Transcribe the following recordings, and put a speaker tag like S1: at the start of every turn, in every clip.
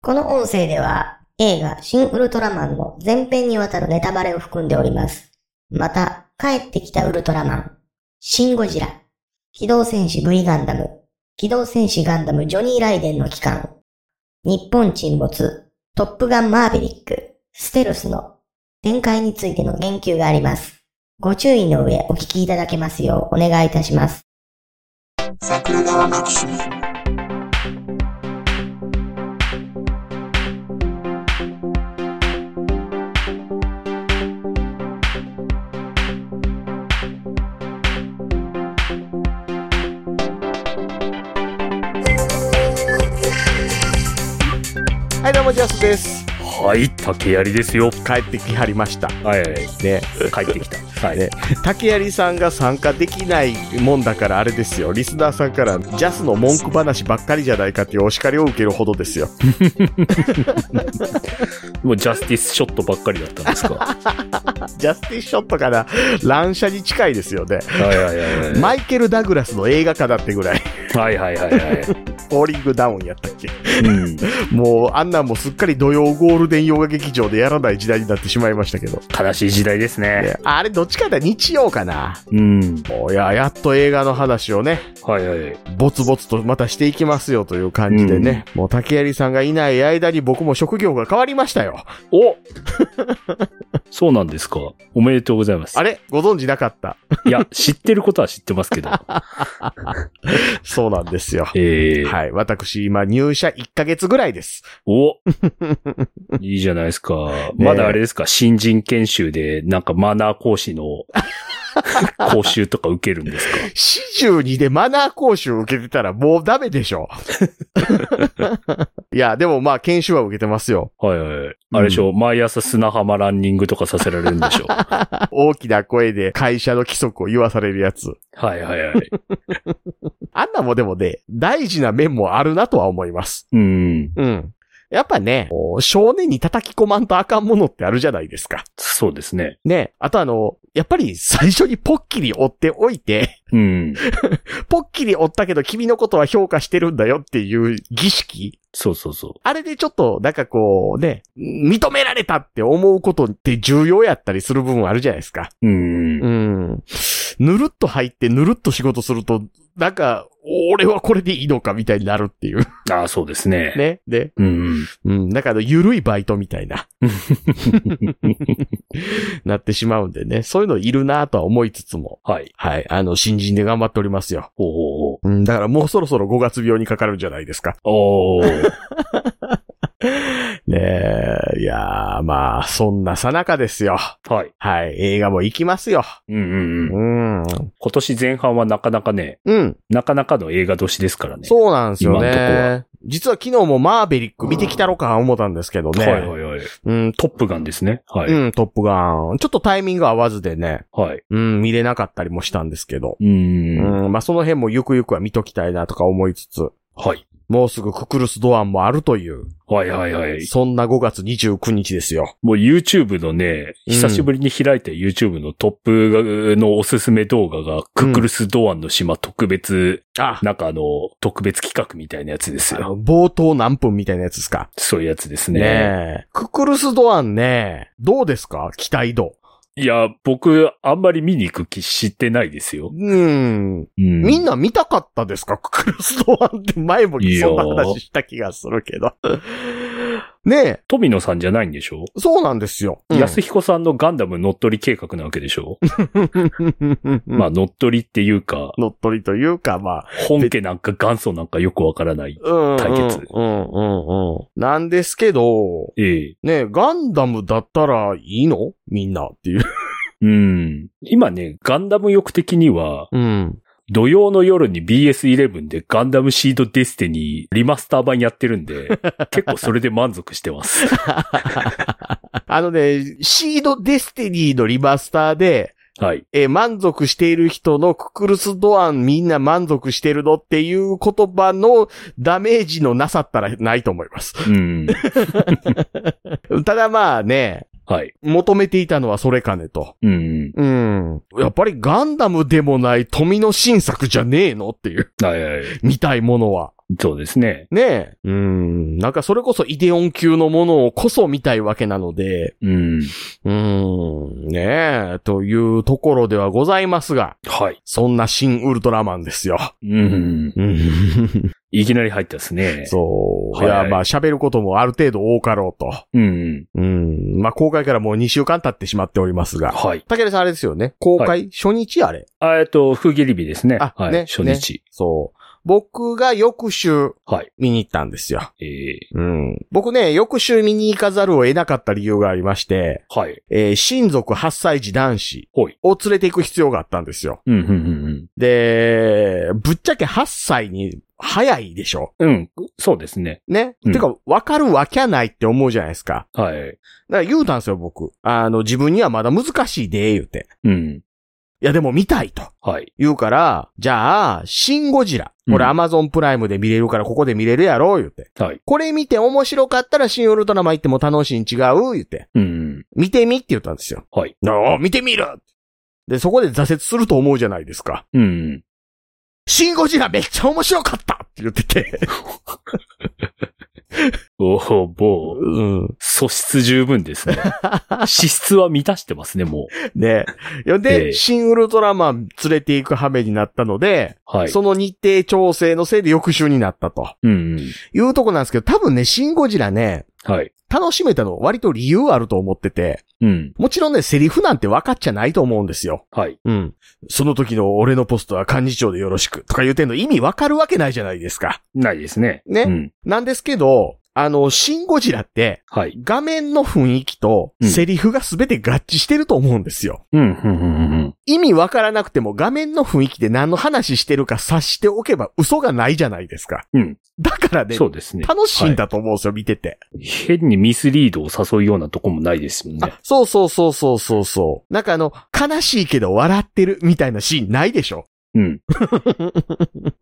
S1: この音声では映画シン・ウルトラマンの前編にわたるネタバレを含んでおります。また、帰ってきたウルトラマン、シン・ゴジラ、機動戦士 V ガンダム、機動戦士ガンダムジョニー・ライデンの機関、日本沈没、トップガン・マーヴェリック、ステルスの展開についての言及があります。ご注意の上お聞きいただけますようお願いいたします。
S2: 桜川マキシム
S3: はい、どうも、ジャスです。
S4: はい、竹槍ですよ。
S3: 帰ってきはりました。
S4: はい、
S3: ね。
S4: 帰ってきた。はい、
S3: ね、竹槍さんが参加できないもんだからあれですよ。リスナーさんからジャスの文句話ばっかりじゃないかっていうお叱りを受けるほどですよ。
S4: もうジャスティスショットばっかりだったん ですか。は
S3: ジャスティスショットから乱射に近いですよね。
S4: いはいはいはい。
S3: マイケル・ダグラスの映画化だってぐらい、
S4: はいはいはいは
S3: フォーリングダウンやったっけ
S4: い。うん。
S3: もう、あんなんもすっかり土曜ゴールデン洋画劇場でやらない時代になってしまいましたけど。
S4: 悲しい時代ですね。
S3: ねあれ、どっちかって言ったら日曜かな。
S4: うん。
S3: もういや、やっと映画の話をね、
S4: はいはい。
S3: ぼつぼつとまたしていきますよという感じでね、もう竹槍さんがいない間に僕も職業が変わりましたよ。
S4: おそうなんですか。おめでとうございます。
S3: あれご存知なかった。
S4: いや、知ってることは知ってます けど。
S3: そうなんですよ。
S4: ええ
S3: はい。私、今、入社1ヶ月ぐらいです。
S4: おいいじゃないですか。まだあれですか、新人研修で、なんかマナー講師の 講習とか受けるんですか
S3: 42でマナー講習受けてたらもうダメでしょ。いや、でもまあ、研修は受けてますよ。
S4: はいはいはい。あれでしょ、毎朝砂浜ランニングとかさせられるんで しょは
S3: 大きな声で会社の規則を言わされるやつ。
S4: いはいはい。
S3: あんなもんでもね、大事な面もあるなとは思います。
S4: うん。
S3: うん。やっぱね、こう少年に叩き込まんとあかんものってあるじゃないですか。
S4: そうですね。
S3: ね。あとあの、やっぱり最初にポッキリ追っておいて、
S4: うん。
S3: ポッキリ追ったけど君のことは評価してるんだよっていう儀式。
S4: そうそうそ
S3: あれでちょっと、なんかこうね、認められたって思うことって重要やったりする部分あるじゃないですか。
S4: う。うん。
S3: うん。ぬるっと入ってぬるっと仕事すると、なんか、俺はこれでいいのかみたいになるっていう。
S4: ああ、そうですね。
S3: ね。で、
S4: うん。
S3: うん、なんかあの、ゆるいバイトみたいな。なってしまうんでね。そういうのいるなぁとは思いつつも。
S4: はい。
S3: はい。あの、新人で頑張っておりますよ。
S4: おお
S3: うん、だからもうそろそろ5月病にかかるんじゃないですか。
S4: おー
S3: ねえ、いやー、まあ、そんなさなかですよ。
S4: はい。
S3: はい。映画も行きますよ。
S4: うんうん
S3: う
S4: うん。
S3: ん。
S4: 今年前半はなかなかね、
S3: うん。
S4: なかなかの映画年ですからね。
S3: そうなんですよ
S4: 今んとこ
S3: ね。実は昨日もマーベリック見てきたろか思ったんですけどね。
S4: はいはいはい。
S3: うん、
S4: トップガンですね。はい。
S3: うん、トップガン。ちょっとタイミング合わずでね。
S4: はい。
S3: うん、見れなかったりもしたんですけど。
S4: うーん。
S3: うん、まあ、その辺もゆくゆくは見ときたいなとか思いつつ、
S4: はい。
S3: もうすぐククルスドアンもあるという、
S4: はいはいはい。
S3: そんな5月29日ですよ。
S4: もう YouTube のね、
S3: うん
S4: 久しぶりに開いた YouTube のトップのおすすめ動画が、クックルス・ドアンの島特別、
S3: あ、
S4: なんかあの、特別企画みたいなやつです
S3: あ
S4: よ。
S3: の冒頭何分みたいなやつですか。
S4: そういうやつです
S3: ね
S4: ね。
S3: え。ククルスドアンね、どうですか期待度。
S4: いや、僕、あんまり見に行く気してないですよ。
S3: うん。
S4: うん。
S3: みんな見たかったですかククルスドアンって前も
S4: いい
S3: そん
S4: よ
S3: な話した気がするけど。ねえ、
S4: 富野さんじゃないんでしょ、
S3: そうなんですよ。
S4: 安彦さんのガンダム乗っ取り計画なわけでしょ、ま
S3: まあ、
S4: あ乗っ取りっていうか、
S3: 乗っ取りというか、まあ、
S4: 本家なんか元祖なんかよくわからない。
S3: 対
S4: 対決
S3: うんうんうん。なんですけど、
S4: ええ。
S3: ね、ガンダムだったらいいのみんなっていう。
S4: うん。今ね、ガンダム欲的には、
S3: うん。
S4: 土曜の夜に BS11 でガンダムシードデスティニーリマスター版やってるん で、結構それで満足してます。
S3: あのね、シードデスティニーのリマスターで、
S4: はい。
S3: えー満足している人のククルスドアンみんな満足してるのっていう言葉のダメージのなさったらないと思います。
S4: うん。
S3: ただまあね、
S4: はい。
S3: 求めていたのはそれかねと。
S4: うん。
S3: うん。やっぱりガンダムでもない富の新作じゃねえのっていう、
S4: はいはい。
S3: 見たいものは。
S4: そうですね。
S3: ねえ。うん。なんかそれこそイデオン級のものをこそ見たいわけなので、
S4: うん。
S3: うん。ねえ。というところではございますが、
S4: はい。
S3: そんな新ウルトラマンですよ。
S4: うん。
S3: うん。
S4: いきなり入ったですね。
S3: そう。い
S4: はい
S3: や、まあ喋ることもある程度多かろうと。
S4: う。うん。
S3: うん。まあ公開からもう2週間経ってしまっておりますが。
S4: はい。
S3: 竹部さんあれですよね。公開、
S4: は
S3: 初日あれ。
S4: あえっと、不義理日ですね。
S3: あ
S4: はい。
S3: ね
S4: 初日。
S3: そう。僕が翌週
S4: はい。
S3: 見に行ったんですよ。
S4: え
S3: うん。僕ね、翌週見に行かざるを得なかった理由がありまして、
S4: ー、はい。
S3: えー親族8歳児男子
S4: ほい。
S3: を連れて行く必要があったんですよ。
S4: うん、うん、
S3: で、ぶっちゃけ8歳に早いでしょ。
S4: うん。うん。そうですね。
S3: ね。
S4: うん
S3: てか、わかるわけはないって思うじゃないですか。
S4: はい。
S3: だから言うたんですよ、僕。あの、自分にはまだ難しいで、言うて。
S4: うん。
S3: いや、でも見たいと。
S4: はい。
S3: 言うから、じゃあ、シンゴジラ。
S4: うん
S3: これアマゾンプライムで見れるからここで見れるやろ、言うて。
S4: はい。
S3: これ見て面白かったらシンウルトラマン行っても楽しいに違う、言うて。
S4: うん。
S3: 見てみって言ったんですよ。
S4: はい。
S3: ああ、見てみるで、そこで挫折すると思うじゃないですか。
S4: うん。
S3: シンゴジラめっちゃ面白かったって言ってて。
S4: おほぼう。
S3: うん。
S4: 素質十分ですね。 資質は満たしてますね、も
S3: ね。で、
S4: ええ
S3: シンウルトラマン連れて行く羽目になったので、
S4: う。はい。
S3: その日程調整のせいで翌週になったと
S4: うん、うん。
S3: いうとこなんですけど、多分ね、シンゴジラね、
S4: はい。
S3: 楽しめたの割と理由あると思ってて、
S4: うん。
S3: もちろんね、セリフなんて分かっちゃないと思うんですよ。
S4: はい。
S3: うん。その時の俺のポストは幹事長でよろしくとか言うてんの意味分かるわけないじゃないですか。
S4: ないですね。
S3: ね
S4: うん。
S3: なんですけど、あの、シンゴジラって、
S4: はい。
S3: 画面の雰囲気と
S4: うん
S3: セリフが全て合致してると思うんですよ。
S4: うん、うん、うん、うん。
S3: 意味わからなくても画面の雰囲気で何の話してるか察しておけば嘘がないじゃないですか。
S4: うん。
S3: だからね、
S4: そうですね。
S3: 楽しいんだと思うんですよ、見てて。
S4: 変にミスリードを誘うようなとこもないですもんね。
S3: あ、そうそうそうそうそうそう。なんかあの、悲しいけど笑ってるみたいなシーンないでしょ
S4: うん。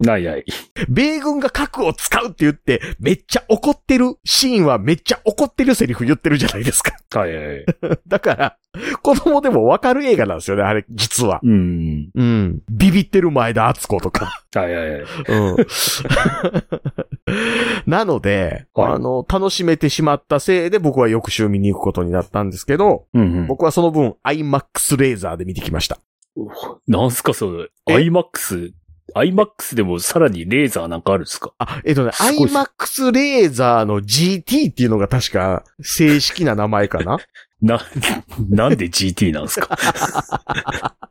S4: ないない。
S3: 米軍が核を使うって言って、めっちゃ怒ってるシーンはめっちゃ怒ってるセリフ言ってるじゃないですか。
S4: はいはいはい。
S3: だから、子供でもわかる映画なんですよね、あれ、実は。
S4: うん。
S3: うん。ビビってる前田敦子とか。
S4: はいはいはい。
S3: うん。 なので、
S4: はい
S3: あの、楽しめてしまったせいで僕は翌週見に行くことになったんですけど、
S4: うん、うん。
S3: 僕はその分 IMAX レーザーで見てきました。
S4: なんすかそれ、
S3: え
S4: iMAX、iMAX でもさらにレーザーなんかあるんすか
S3: あ、えっとね、
S4: すごいっす
S3: IMAX レーザーの GT っていうのが確か正式な名前かな
S4: な、なんで GT なんすか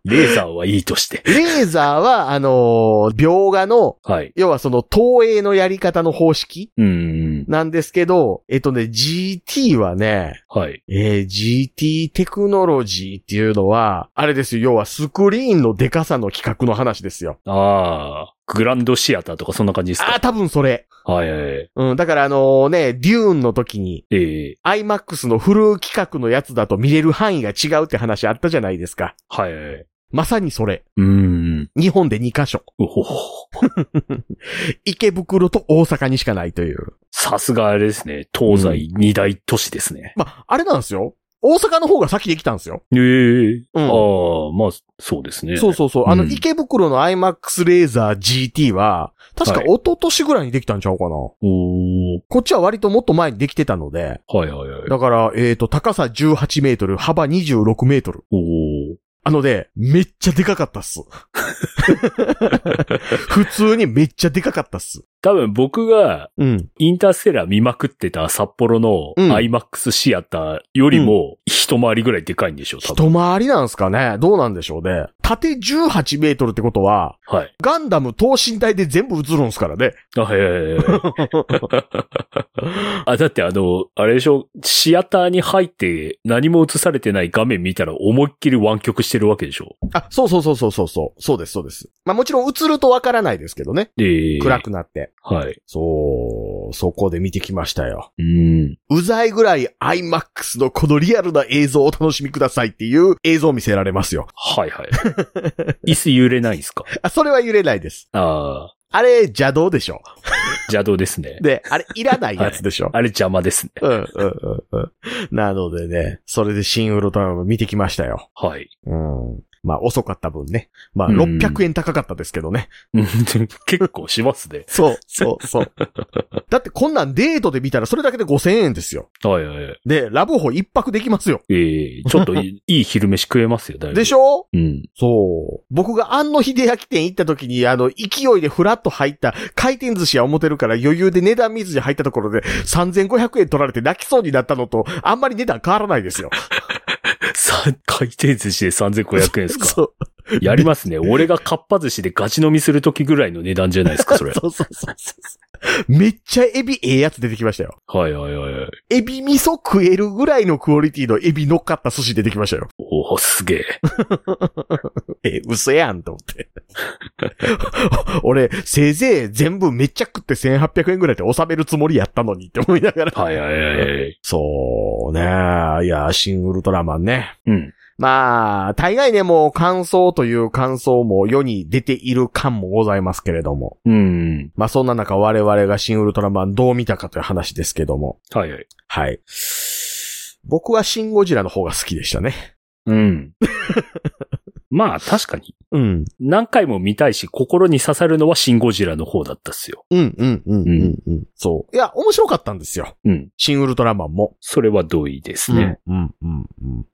S4: レーザーはいいとして。
S3: レーザーは、あのー描画の、
S4: はい。
S3: 要はその投影のやり方の方式
S4: うん。
S3: なんですけど、えっとね、GT はね、
S4: はい。
S3: えー GT テクノロジーっていうのは、あれですよ、要はスクリーンのデカさの企画の話ですよ。
S4: ああ、グランドシアターとかそんな感じです
S3: ああー、
S4: か
S3: 多分それ。
S4: はいはいはい。
S3: うん、だからあのね、デューンの時に、
S4: ええ
S3: IMAX のフル企画のやつだと見れる範囲が違うって話あったじゃないですか。
S4: はいはいはい。
S3: まさにそれ。
S4: うん。
S3: 日本で2カ所。
S4: おほほ。
S3: 池袋と大阪にしかないという。
S4: さすがあれですね。東西二大都市ですね。
S3: まあ、あれなんですよ。大阪の方が先できたんですよ。
S4: ええ
S3: うん
S4: ああ、まあ、そうですね。
S3: そうそうそう。あの、
S4: うん
S3: 池袋の IMAX レーザー GT は、確か
S4: はい
S3: 一昨年ぐらいにできたんちゃうかな。
S4: おー
S3: こっちは割ともっと前にできてたので、
S4: はいはいはい。
S3: だから、えっ、と、高さ18メートル、幅26メートル。
S4: おー
S3: あので、めっちゃでかかったっす。 普通にめっちゃでかかったっす。
S4: 多分僕が
S3: うん。
S4: インターステラー見まくってた札幌の
S3: うん
S4: IMAX シアターよりも一回りぐらいでかいんでしょう、多分。
S3: 一回りなんすかねどうなんでしょうね。縦18メートルってことは、
S4: はい。
S3: ガンダム等身大で全部映るんすからね。
S4: あ、はいはい はいはい。あ、だってあの、あれでしょ、シアターに入って何も映されてない画面見たら思いっきり湾曲してるわけでしょ。
S3: あ、そうそうそうそうそうそう。そうです、そうです。まあもちろん映るとわからないですけどね。
S4: で、
S3: 暗くなって。
S4: はい。
S3: そう、そこで見てきましたよ。
S4: うん。
S3: うざいぐらい IMAX のこのリアルな映像をお楽しみくださいっていう映像を見せられますよ。
S4: はい はい。椅子揺れないんすか
S3: あ、それは揺れないです。
S4: ああ、
S3: あれ、邪道でしょ。
S4: 邪道ですね。
S3: で、あれ、いらないやつでし ょ。
S4: あれ邪魔ですね。
S3: うん、うん、うん、うん。なのでね、それで新ウルトラマン見てきましたよ。
S4: はい。
S3: うん。まあ遅かった分ね。まあ
S4: うん
S3: 600円高かったですけどね。
S4: うん 結構しますね。
S3: そう、そう、 そう。だってこんなんデートで見たらそれだけで5000円ですよ。
S4: はいはいはい。
S3: で、ラブホ一泊できますよ。
S4: ええちょっと いいいい昼飯食えますよ、だいぶ。
S3: でし
S4: ょ
S3: ょ
S4: うん。
S3: そう。僕が庵野秀明店行った時に、あの、勢いでフラッと入った回転寿司は思ってるから余裕で値段見ずに入ったところで3500円取られて泣きそうになったのと、あんまり値段変わらないですよ。
S4: さ、回転寿司で3500円です か
S3: そう。
S4: やりますね。俺がかっぱ寿司でガチ飲みするときぐらいの値段じゃないです か、それ。
S3: そうそうそうそう。めっちゃエビええやつ出てきましたよ。
S4: はいはいはいはい。
S3: エビ味噌食えるぐらいのクオリティのエビ乗っかった寿司出てきましたよ。
S4: おお、す げえ。
S3: え、嘘やんと思って。 俺、せいぜい全部めっちゃ食って1800円ぐらいで収めるつもりやったのにって思いながら。
S4: はいはいはいはい。
S3: そうね。いや、シン・ウルトラマンね。
S4: うん。
S3: まあ、大概ね、もう感想という感想も世に出ている感もございますけれども。
S4: うん。
S3: まあそんな中我々がシン・ウルトラマンどう見たかという話ですけども。
S4: はいはい。
S3: はい。僕はシン・ゴジラの方が好きでしたね。
S4: うん。まあ確かに。
S3: うん。
S4: 何回も見たいし、心に刺さるのはシンゴジラの方だったっすよ。
S3: うん、うん、うん、うん、うん。そう。いや、面白かったんですよ。
S4: うん。
S3: シン・ウルトラマンも。
S4: それは同意ですね。
S3: うん、うん、うん。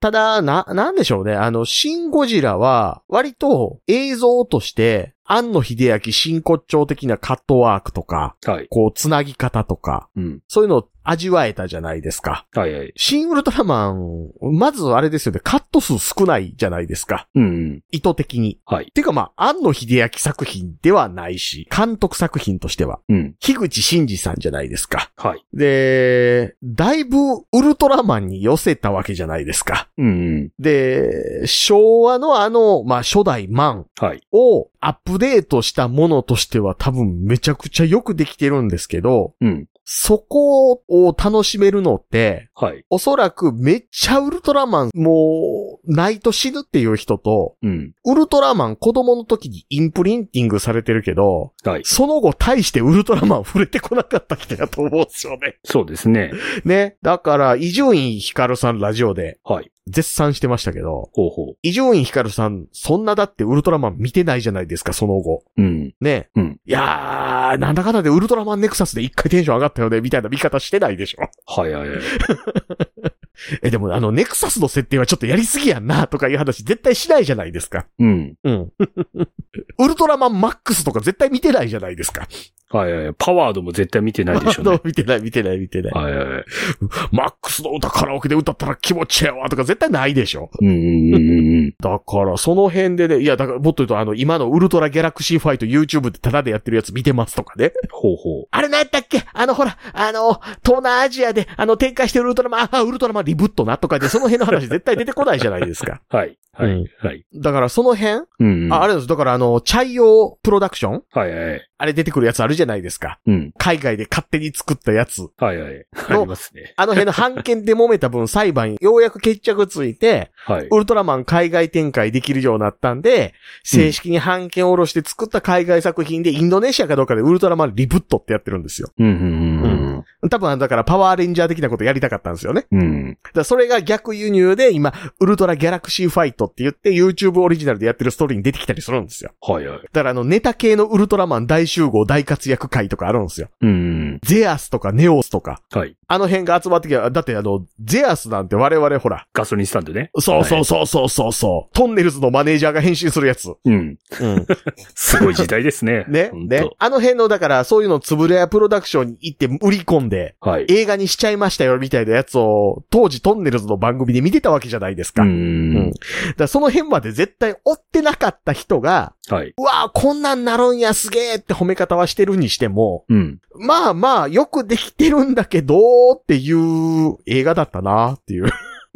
S3: ただ、な、なんでしょうね。あの、シン・ゴジラは、割と映像として、庵野秀明真骨頂的なカットワークとか、
S4: はい。
S3: こう、つなぎ方とか、
S4: うん。
S3: そういうのを味わえたじゃないですか。
S4: はいはい。
S3: シン・ウルトラマン、まずあれですよね、カット数少ないじゃないですか。
S4: うん。
S3: 意図的に。
S4: はい。
S3: てかまあ、庵野秀明作品ではないし、監督作品としては、
S4: うん。
S3: 樋口真嗣さんじゃないですか。
S4: はい。
S3: で、だいぶウルトラマンに寄せたわけじゃないですか。
S4: うん。
S3: で、昭和のあの、まあ、初代マン
S4: はい。
S3: をアップデートしたものとしては多分めちゃくちゃよくできてるんですけど、
S4: うん。
S3: そこを楽しめるのって、
S4: はい。
S3: おそらくめっちゃウルトラマンもうないと死ぬっていう人と、
S4: うん。
S3: ウルトラマン子供の時にインプリンティングされてるけど、
S4: はい。
S3: その後対してウルトラマン触れてこなかった人だと思うんですよね。
S4: そうですね。
S3: ね。だから、伊集院光さんラジオで
S4: はい。
S3: 絶賛してましたけど、
S4: ほうほ
S3: 伊集院光さん、そんなだってウルトラマン見てないじゃないですか、その後。
S4: う。うん。
S3: ね。
S4: うん
S3: いやー、なんだかんだでウルトラマンネクサスで一回テンション上がったよね、みたいな見方してないでしょ。
S4: はいはいはい。
S3: え、でもあの、ネクサスの設定はちょっとやりすぎやんな、とかいう話絶対しないじゃないですか。
S4: うん。
S3: うん。ウルトラマンマックスとか絶対見てないじゃないですか。
S4: はいはいはい。パワードも絶対見てないで しょうね。
S3: 見てない、見てない、見てない。
S4: はいはいはい。
S3: マックスの歌カラオケで歌ったら気持ちええわとか絶対ないでしょ。
S4: うんうんうんうんうん。
S3: だから、その辺でね、いや、だから、もっと言うと、あの、今のウルトラギャラクシーファイト YouTube でタダでやってるやつ見てますとかね。
S4: ほうほう。
S3: あれなんやったっけあの、ほら、あの、東南アジアで、あの、展開してるウルトラマン、あ、ウルトラマンリブットなとかで、その辺 の話絶対出てこないじゃないですか。
S4: はい。は
S3: う
S4: い
S3: ん。
S4: はい。
S3: だから、その辺、
S4: うんうん。
S3: あ、あ
S4: れ
S3: れです。だから、あの、チャイヨープロダクション
S4: はいはいはい。
S3: あれ出てくるやつあるじゃないですか。
S4: うん。
S3: 海外で勝手に作ったやつ。
S4: はいはい。ありますね。
S3: あの辺の判決で揉め た分、裁判、ようやく決着ついて、
S4: はい。
S3: ウルトラマン海外展開できるようになったんで、正式に判決を下ろして作った海外作品で、インドネシアかどうかでウルトラマンリブットってやってるんですよ。
S4: うんうんうん
S3: 多分、だからパワーレンジャー的なことやりたかったんですよね。
S4: うん。うん。
S3: だからそれが逆輸入で、今、ウルトラギャラクシーファイトって言って、YouTube オリジナルでやってるストーリーに出てきたりするんですよ。
S4: はいはい。
S3: だから、あの、ネタ系のウルトラマン大集合大活躍会とかあるんですよ。
S4: うんうん
S3: ゼアスとかネオスとか、
S4: うん。はい。
S3: あの辺が集まってきて、だってあの、ゼアスなんて我々ほら、
S4: ガソリンスタンドね。
S3: そうそうそうそうそうそう。トンネルズのマネージャーが変身するやつ。
S4: うん。
S3: うん。。
S4: すごい時代ですね
S3: ね、
S4: ほんと
S3: ね。あの辺の、だから、そういうのつぶれやプロダクションに行って売り込んで、
S4: はい。
S3: 映画にしちゃいましたよ、みたいなやつを、当時トンネルズの番組で見てたわけじゃないです
S4: う
S3: か。
S4: んう
S3: だ
S4: んうん。
S3: からその辺まで絶対追ってなかった人が、
S4: はい。
S3: うわぁ、こんなんなるんや、すげーって褒め方はしてるにしても、
S4: うん。
S3: まあまあ、よくできてるんだけど、っていう映画だったなっていう。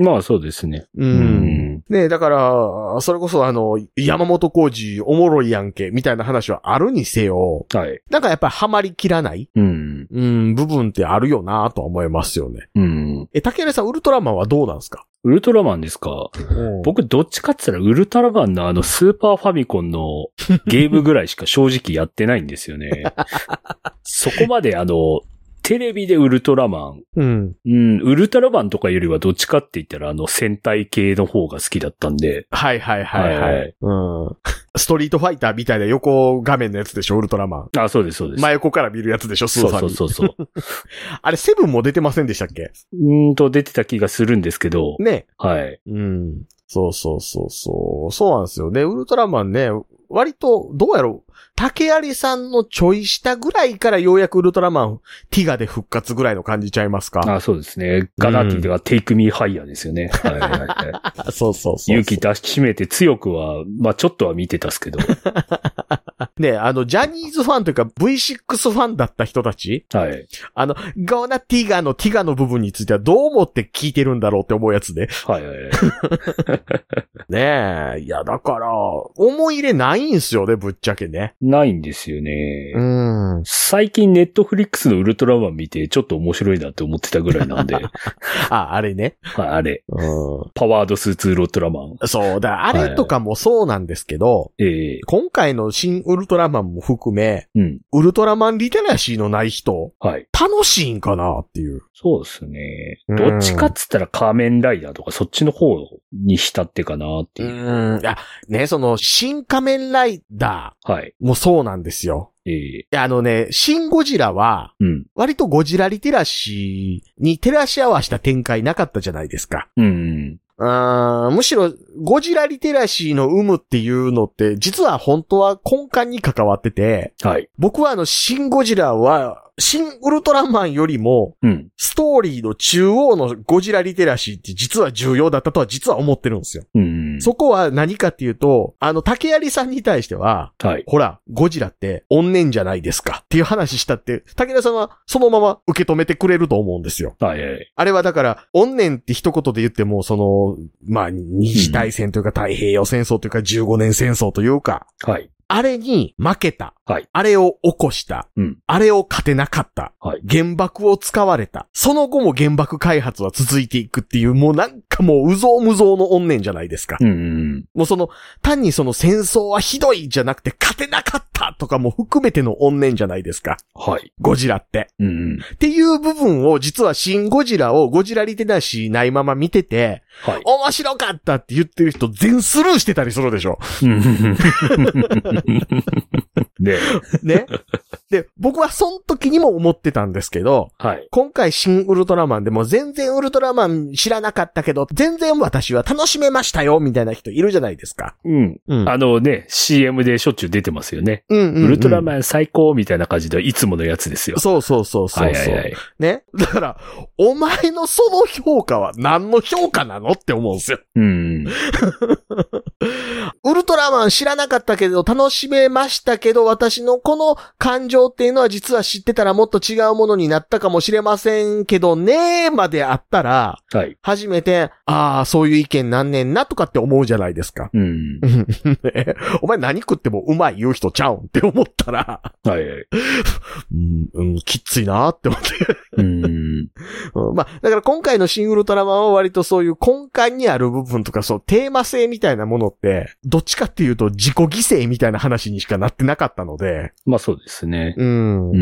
S4: まあそうですね。
S3: う。
S4: うんん。
S3: ねえ、だから、それこそあの、山本浩二おもろいやんけ、みたいな話はあるにせよ、
S4: はい。
S3: なんかやっぱりハマりきらない、
S4: うん。
S3: うん、部分ってあるよなとは思いますよね。
S4: うん。
S3: え、竹原さん、ウルトラマンはどうなんですか
S4: ウルトラマンですか僕どっちかって言ったらウルトラマンのあのスーパーファミコンの ゲームぐらいしか正直やってないんですよね。そこまであの、テレビでウルトラマン。
S3: うん。
S4: うん、ウルトラマンとかよりはどっちかって言ったらあの戦隊系の方が好きだったんで。
S3: はいはいはいはい。
S4: はい
S3: うん。ストリートファイターみたいな横画面のやつでしょ、ウルトラマン。
S4: あ、そうです、そうです。
S3: 真横から見るやつでしょ、スー
S4: そ
S3: フ
S4: う
S3: ァミ。
S4: そうそうそう。
S3: あれ、セブンも出てませんでしたっけ
S4: うーんと出てた気がするんですけど。
S3: ね。
S4: はい。
S3: うん。そうそうそうそう。そうなんですよね。ウルトラマンね、割と、どうやろう。竹有さんのちょい下ぐらいからようやくウルトラマン、ティガで復活ぐらいの感じちゃいますか。
S4: あ、そうですね。ガラティではテイクミーハイヤーですよね。はいはいはい。
S3: そうそうそう
S4: 勇気出し締めて強くは、まあちょっとは見てたっすけど。
S3: ね、あの、ジャニーズファンというか V6 ファンだった人たち、
S4: はい。
S3: あの、ガオナティガのティガの部分についてはどう思って聞いてるんだろうって思うやつで。
S4: はいはいはい。
S3: ねえ、いや、だから、思い入れないんすよね、ぶっちゃけね。
S4: ないんですよね。
S3: ん。
S4: 最近ネットフリックスのウルトラマン見てちょっと面白いなって思ってたぐらい なんで。はい、
S3: あ、あれね。
S4: あれ。
S3: う
S4: パワードスーツウルトラマン。
S3: ん。そうだ、あれとかもそうなんですけど、
S4: ええ
S3: 今回の新ウルトラマンも含め、
S4: うん。
S3: ウルトラマンリテラシーのない人、
S4: はい。
S3: 楽しいんかなっていう。
S4: そうですね。
S3: うん
S4: どっちかっつったら仮面ライダーとかそっちの方に浸ってかなっていう。
S3: ん。いや、ね、その、新仮面ライダ
S4: はい。
S3: ーもそうなんですよ。
S4: ええ
S3: いや、あのね、新ゴジラは、
S4: うん。
S3: 割とゴジラリテラシーに照らし合わせた展開なかったじゃないですか。
S4: うん。
S3: あーむしろ、ゴジラリテラシーの有無っていうのって、実は本当は根幹に関わってて、
S4: はい。
S3: 僕はあの、シンゴジラは、シンウルトラマンよりも、
S4: うん。
S3: ストーリーの中央のゴジラリテラシーって実は重要だったとは実は思ってるんですよ。
S4: うん。
S3: そこは何かっていうと、あの、竹槍さんに対しては、
S4: はい。
S3: ほら、ゴジラって、怨念じゃないですかっていう話したって、竹田さんはそのまま受け止めてくれると思うんですよ。
S4: はいはい。
S3: あれはだから、怨念って一言で言っても、その、まあ、二次大戦というか太平洋戦争というか15年戦争というか、
S4: はい。
S3: あれに負けた。
S4: はい
S3: あれを起こした。
S4: うん
S3: あれを勝てなかった。
S4: はい
S3: 原爆を使われた。その後も原爆開発は続いていくっていう、もうなんかもう、うぞうむぞうの怨念じゃないですか。
S4: うん。
S3: もうその、単にその戦争はひどいじゃなくて、勝てなかったとかも含めての怨念じゃないですか。
S4: はい。
S3: ゴジラって。
S4: うん。
S3: っていう部分を、実は新ゴジラをゴジラリテラシーないまま見てて、
S4: はい。
S3: 面白かったって言ってる人全スルーしてたりするで しょ。
S4: で、
S3: ね。で、僕はその時にも思ってたんですけど、
S4: はい。
S3: 今回新ウルトラマンでも全然ウルトラマン知らなかったけど、全然私は楽しめましたよ、みたいな人いるじゃないですか。
S4: うん。
S3: うん
S4: あのね、CM でしょっちゅう出てますよね。
S3: うんうんうん
S4: ウルトラマン最高みたいな感じで、いつものやつですよ。
S3: そうそうそうそうそう。
S4: はいはいはい。
S3: ね。だから、お前のその評価は何の評価なのって思うんですよ。
S4: うん。
S3: ウルトラマン知らなかったけど、楽しめましたけど、私のこの感情っていうのは実は知ってたらもっと違うものになったかもしれませんけどねーまであったら、
S4: はい。
S3: 初めて、ああ、そういう意見なんねんなとかって思うじゃないですか。
S4: うん。
S3: ねお前何食ってもうまい言う人ちゃうんって思ったら、
S4: はいはい。
S3: うん、うん、きっついなーって思って。
S4: うん。
S3: うんまあ、だから今回のシンウルトラマンは割とそういう根幹にある部分とか、そう、テーマ性みたいなものって、どっちかっていうと自己犠牲みたいな話にしかなってなかったので、
S4: まあそうですね。
S3: うん。
S4: う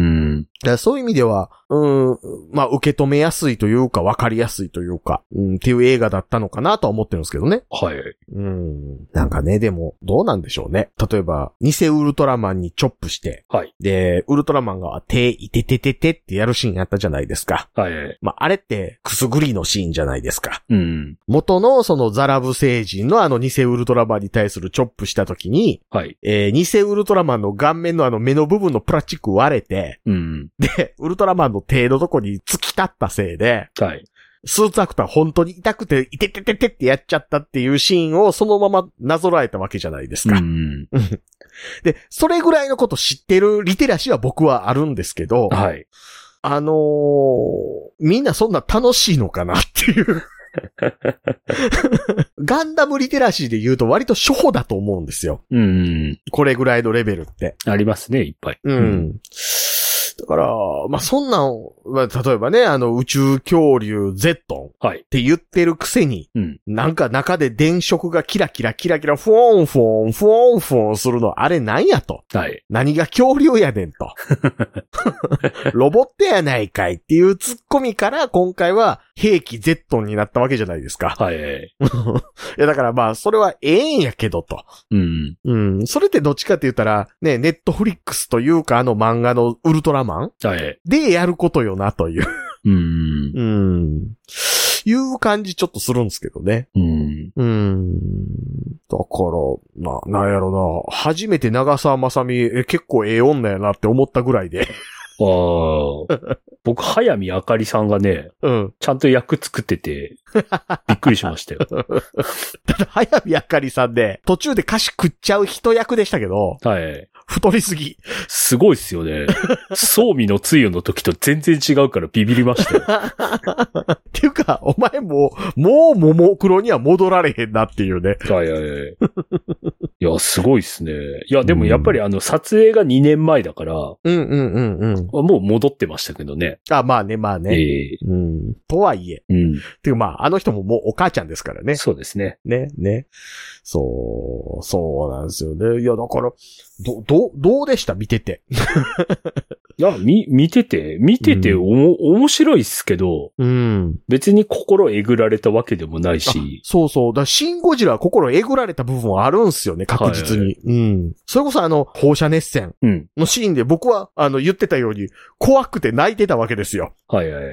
S3: だ
S4: ん。
S3: からそういう意味では、うん、まあ、受け止めやすいというか、わかりやすいというか、うん、っていう映画だったのかなとは思ってるんですけどね。
S4: はいはい。
S3: うん。なんかね、でも、どうなんでしょうね。例えば、偽ウルトラマンにチョップして、
S4: はい。
S3: で、ウルトラマンが手、いててててってやるシーンあったじゃないですか。
S4: はいはい。
S3: まあ、あれって、くすぐりのシーンじゃないですか。
S4: うん。
S3: 元のそのザラブ星人のあの偽ウルトラマンに対するチョップした時に、
S4: はい。
S3: えー偽ウルトラマンの顔面のあの目の部分のプラスチック割れて、
S4: うん。
S3: で、ウルトラマンの手のとこに突き立ったせいで、
S4: はい。
S3: スーツアクター本当に痛くて、いててててってやっちゃったっていうシーンをそのままなぞらえたわけじゃないです
S4: う
S3: か。
S4: ん。
S3: で、それぐらいのこと知ってるリテラシーは僕はあるんですけど、
S4: はい。
S3: あのーみんなそんな楽しいのかなっていう。 ガンダムリテラシーで言うと割と初歩だと思うんですよ。
S4: うん。
S3: これぐらいのレベルって。
S4: ありますね、いっぱい。
S3: うん。だから、まあ、そんなん、まあ、例えばね、あの、宇宙恐竜ゼットンっ
S4: はい。
S3: て言ってるくせに、
S4: うん。
S3: なんか中で電飾がキラキラキラキラフォーンフォーンフォーンフォーンするの、あれなんやと。
S4: はい。
S3: 何が恐竜やねんと。ロボットやないかいっていうツッコミから今回は兵器ゼットンになったわけじゃないですか。
S4: はい。
S3: いやだからまあそれはええんやけどと。
S4: うん。
S3: うん。それってどっちかって言ったら、ね、ネットフリックスというかあの漫画のウルトラマン
S4: はい。
S3: でやることよなという。
S4: うん。
S3: うん。いう感じちょっとするんですけどね。
S4: うん。
S3: うん。だから、な、なんやろな。初めて長澤まさみ、え、結構ええ女やなって思ったぐらいで。
S4: ああ。僕、早見あかりさんがね、
S3: うん。
S4: ちゃんと役作ってて、びっくりしましたよ。
S3: ただ、早見あかりさんで、途中で歌詞食っちゃう人役でしたけど、
S4: はい。
S3: 太りす ぎ。
S4: すごいっすよね。装備のつゆの時と全然違うからビビりましたよ。
S3: っていうか、お前もう、もうももクロには戻られへんなっていうね。
S4: はいはいはい。いや、すごいっすね。いや、でもやっぱりあの、撮影が2年前だから、も
S3: うんうんうんうん。
S4: う戻ってましたけどね。
S3: あ、まあね、まあね。
S4: ええ
S3: うん。とはいえ。っていうかまあ、あの人ももうお母ちゃんですから
S4: う
S3: ね
S4: ん。。そうですね。
S3: ね、ね。そう、そうなんですよね。いや、だから、ど、ど、どうでした見てて。
S4: いや、み、見てて、見てて
S3: う
S4: おも、面白いっすけど、
S3: うん。
S4: 別に心えぐられたわけでもないし、
S3: そうそう。だからシン・ゴジラは心えぐられた部分はあるんすよね、確実に。
S4: は
S3: うん。それこそあの、放射熱線
S4: うん。
S3: のシーンで僕は、あの、言ってたように、怖くて泣いてたわけです よ。
S4: はい はい。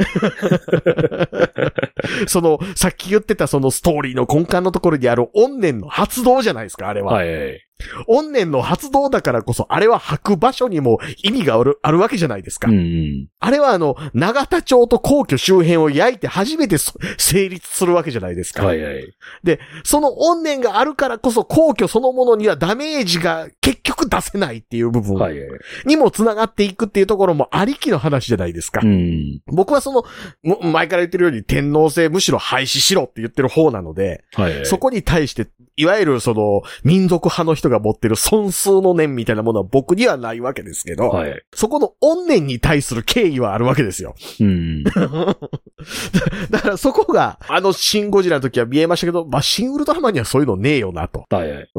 S3: その、さっき言ってたそのストーリーの根幹のところにある、怨念の発動じゃないですか、あれは。
S4: はいはい。
S3: 怨念の発動だからこそ、あれは吐く場所にも意味がある、あるわけじゃないですか。
S4: うんうん。
S3: あれはあの、長田町と皇居周辺を焼いて初めてそ成立するわけじゃないですか。
S4: はいはい。
S3: その怨念があるからこそ皇居そのものにはダメージが結局出せないっていう部
S4: は
S3: 分
S4: いはい。
S3: にも繋がっていくっていうところもありきの話じゃないですか。
S4: うん。
S3: 僕はその、も前から言ってるように天皇制むしろ廃止しろって言ってる方なので、
S4: はいはい。
S3: そこに対して、いわゆるその民族派の人が持ってる損数の念みたいなものは僕にはないわけですけど、
S4: はい。
S3: そこの怨念に対する敬意はあるわけですよ。
S4: うん。
S3: だからそこが、あのシンゴジラの時は見えましたけど、まあ、シンウルトラマンにはそういうのねえよなと。
S4: はいはい。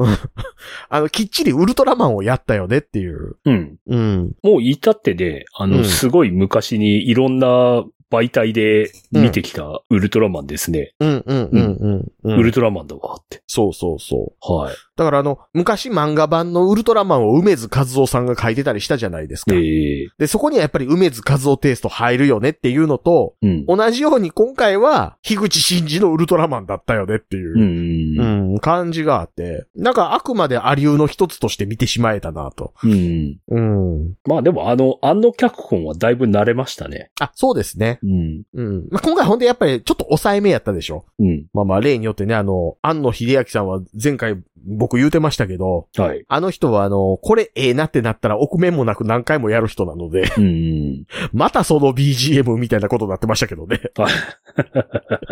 S3: あの、きっちりウルトラマンをやったよねっていう。
S4: うん。
S3: うん。
S4: もう至ってね、あ
S3: う
S4: の、
S3: ん
S4: すごい昔にいろんな媒体で見てきたウルトラマンですね。
S3: うんうんうんうん。
S4: ウルトラマンだわって。
S3: そうそうそう。
S4: はい。
S3: だからあの、昔漫画版のウルトラマンを梅津和夫さんが書いてたりしたじゃないですか。
S4: ええ
S3: で、そこにはやっぱり梅津和夫テイスト入るよねっていうのと、
S4: うん。
S3: 同じように今回は、樋口真嗣のウルトラマンだったよねっていうう、
S4: ん。
S3: うん、感じがあって、なんかあくまでありゅうの一つとして見てしまえたなと。
S4: うん。
S3: うん。
S4: まあでもあの、あの脚本はだいぶ慣れましたね。
S3: あ、そうですね。
S4: うん。
S3: うん。まあ、今回ほんでやっぱりちょっと抑えめやったでしょ。
S4: うん。
S3: まあまあ例によってね、あの、安野秀明さんは前回僕言うてましたけど、
S4: はい。
S3: あの人はあの、これええなってなったら奥面もなく何回もやる人なので、
S4: うん。
S3: またその BGM みたいなことになってましたけどね。
S4: はい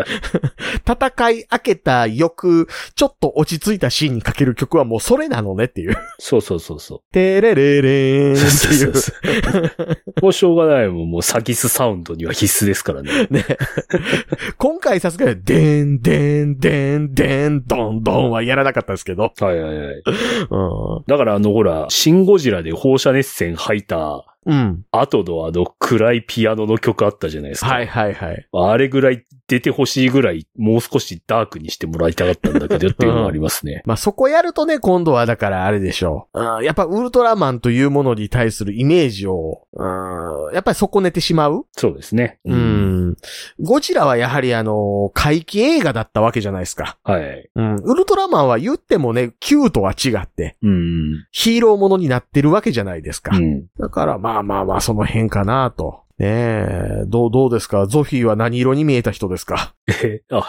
S3: 戦い明けた翌、ちょっと落ち着いたシーンにかける曲はもうそれなのねっていう。
S4: そうそうそうそう。
S3: てれれれーんっていう。
S4: もうしょうがないもん。もうサギスサウンドには必須ですからね。
S3: ね。今回さすがに、でんでんでんでんどんどんはやらなかったですけど。
S4: はいはいはい。
S3: うん。
S4: だからあのほら、シンゴジラで放射熱線吐いた
S3: うん。
S4: 後のあの暗いピアノの曲あったじゃないですか。
S3: はい。はいはい。
S4: あれぐらい出てほしいぐらい、もう少しダークにしてもらいたかったんだけどっていうのはありますね。
S3: まあ、そこやるとね、今度はだからあれでしょう。うん、やっぱウルトラマンというものに対するイメージを、うん、やっぱり損ねてしまう
S4: そうですね。
S3: う。ん。ゴジラはやはりあの、怪奇映画だったわけじゃないですか。
S4: はい。
S3: うん。ウルトラマンは言ってもね、Q とは違って、
S4: うん。
S3: ヒーローものになってるわけじゃないですか。
S4: うん。
S3: だからまあまあまあ、その辺かなと。ねえ、どう、どうですかゾフィーは何色に見えた人ですか
S4: え、あ、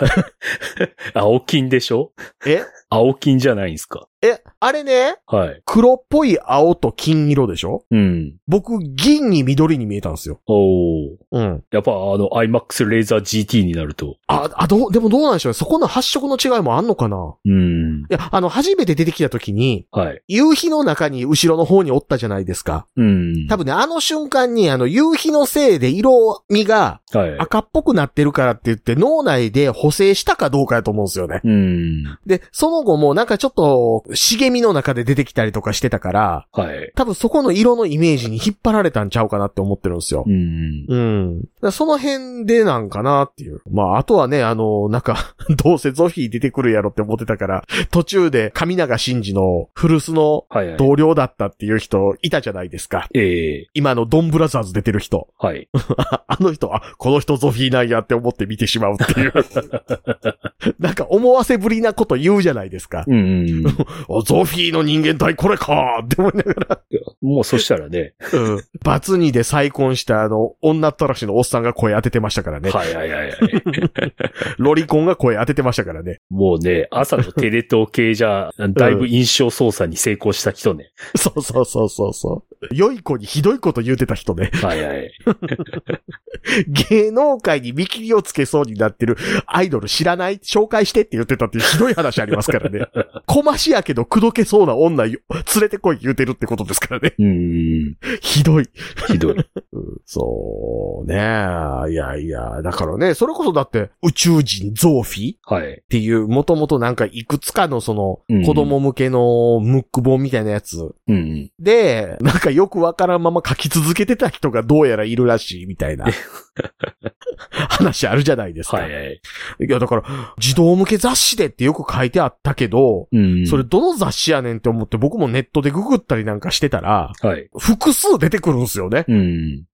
S4: 青金でしょ
S3: え
S4: 青金じゃないんですか
S3: え、あれね、
S4: はい。
S3: 黒っぽい青と金色でしょ
S4: うん。
S3: 僕、銀に緑に見えたんですよ。
S4: おー
S3: うん。
S4: やっぱあの IMAX レーザー GT になると。
S3: あ、あ、どう、でもどうなんでしょうね。そこの発色の違いもあんのかな
S4: うん。
S3: いや、あの、初めて出てきた時に、
S4: はい。
S3: 夕日の中に後ろの方におったじゃないですか。
S4: うん。
S3: 多分ね、あの瞬間に、あの、夕日のせいで色味が
S4: はい。
S3: 赤っぽくなってるからって言って、脳内で補正したかどうかやと思うんですよね。
S4: うん。
S3: で、その後もなんかちょっと、茂みの中で出てきたりとかしてたから、
S4: はい。
S3: 多分そこの色のイメージに引っ張られたんちゃうかなって思ってるんですよ。
S4: うん。
S3: うん。だからその辺でなんかなっていう。まあ、あとはね、あの、なんか、 どうせゾフィー出てくるやろって思ってたから、途中で神永真司の古巣の
S4: はい、はい。
S3: 同僚だったっていう人いたじゃないですか。
S4: ええ
S3: 今のドンブラザーズ出てる人。
S4: はい。
S3: ああの人、あ、この人ゾフィーなんやって思って見てしまうっていう。 なんか思わせぶりなこと言うじゃないですか。
S4: うん。
S3: おゾフィーの人間体これかーって思いながら。
S4: もうそしたらね。
S3: うん。バツ2で再婚したあの、女ったらしのおっさんが声当ててましたからね。
S4: はいはいはいはい。
S3: ロリコンが声当ててましたからね。
S4: もう ね、朝のテレ東系じゃ、だいぶ印象操作に成功した人 ね。
S3: そうそうそうそうそう。良い子にひどいこと言うてた人ね。
S4: はいはい。
S3: 芸能界に見切りをつけそうになってるアイドル知らない紹介してって言ってたっていうひどい話ありますからね。 こましやけどくどけそうな女よ連れてこい言うてるってことですからね。
S4: うん。
S3: ひどい。
S4: ひどい。
S3: そうね。いやいや、だからね、それこそだって宇宙人ゾーフィー
S4: はい
S3: っ。ていう、もともとなんかいくつかのその
S4: うん
S3: 子供向けのムック本みたいなやつ
S4: うん。
S3: で、なんかよくわからんまま書き続けてた人がどうやらいるらしいみたいな話あるじゃないですか。
S4: はいはい。
S3: いやだから、児童向け雑誌でってよく書いてあったけど、
S4: うん。
S3: それ、どの雑誌やねんって思って僕もネットでググったりなんかしてたら、
S4: はい。
S3: 複数出てくるんですよね。
S4: うん。
S3: い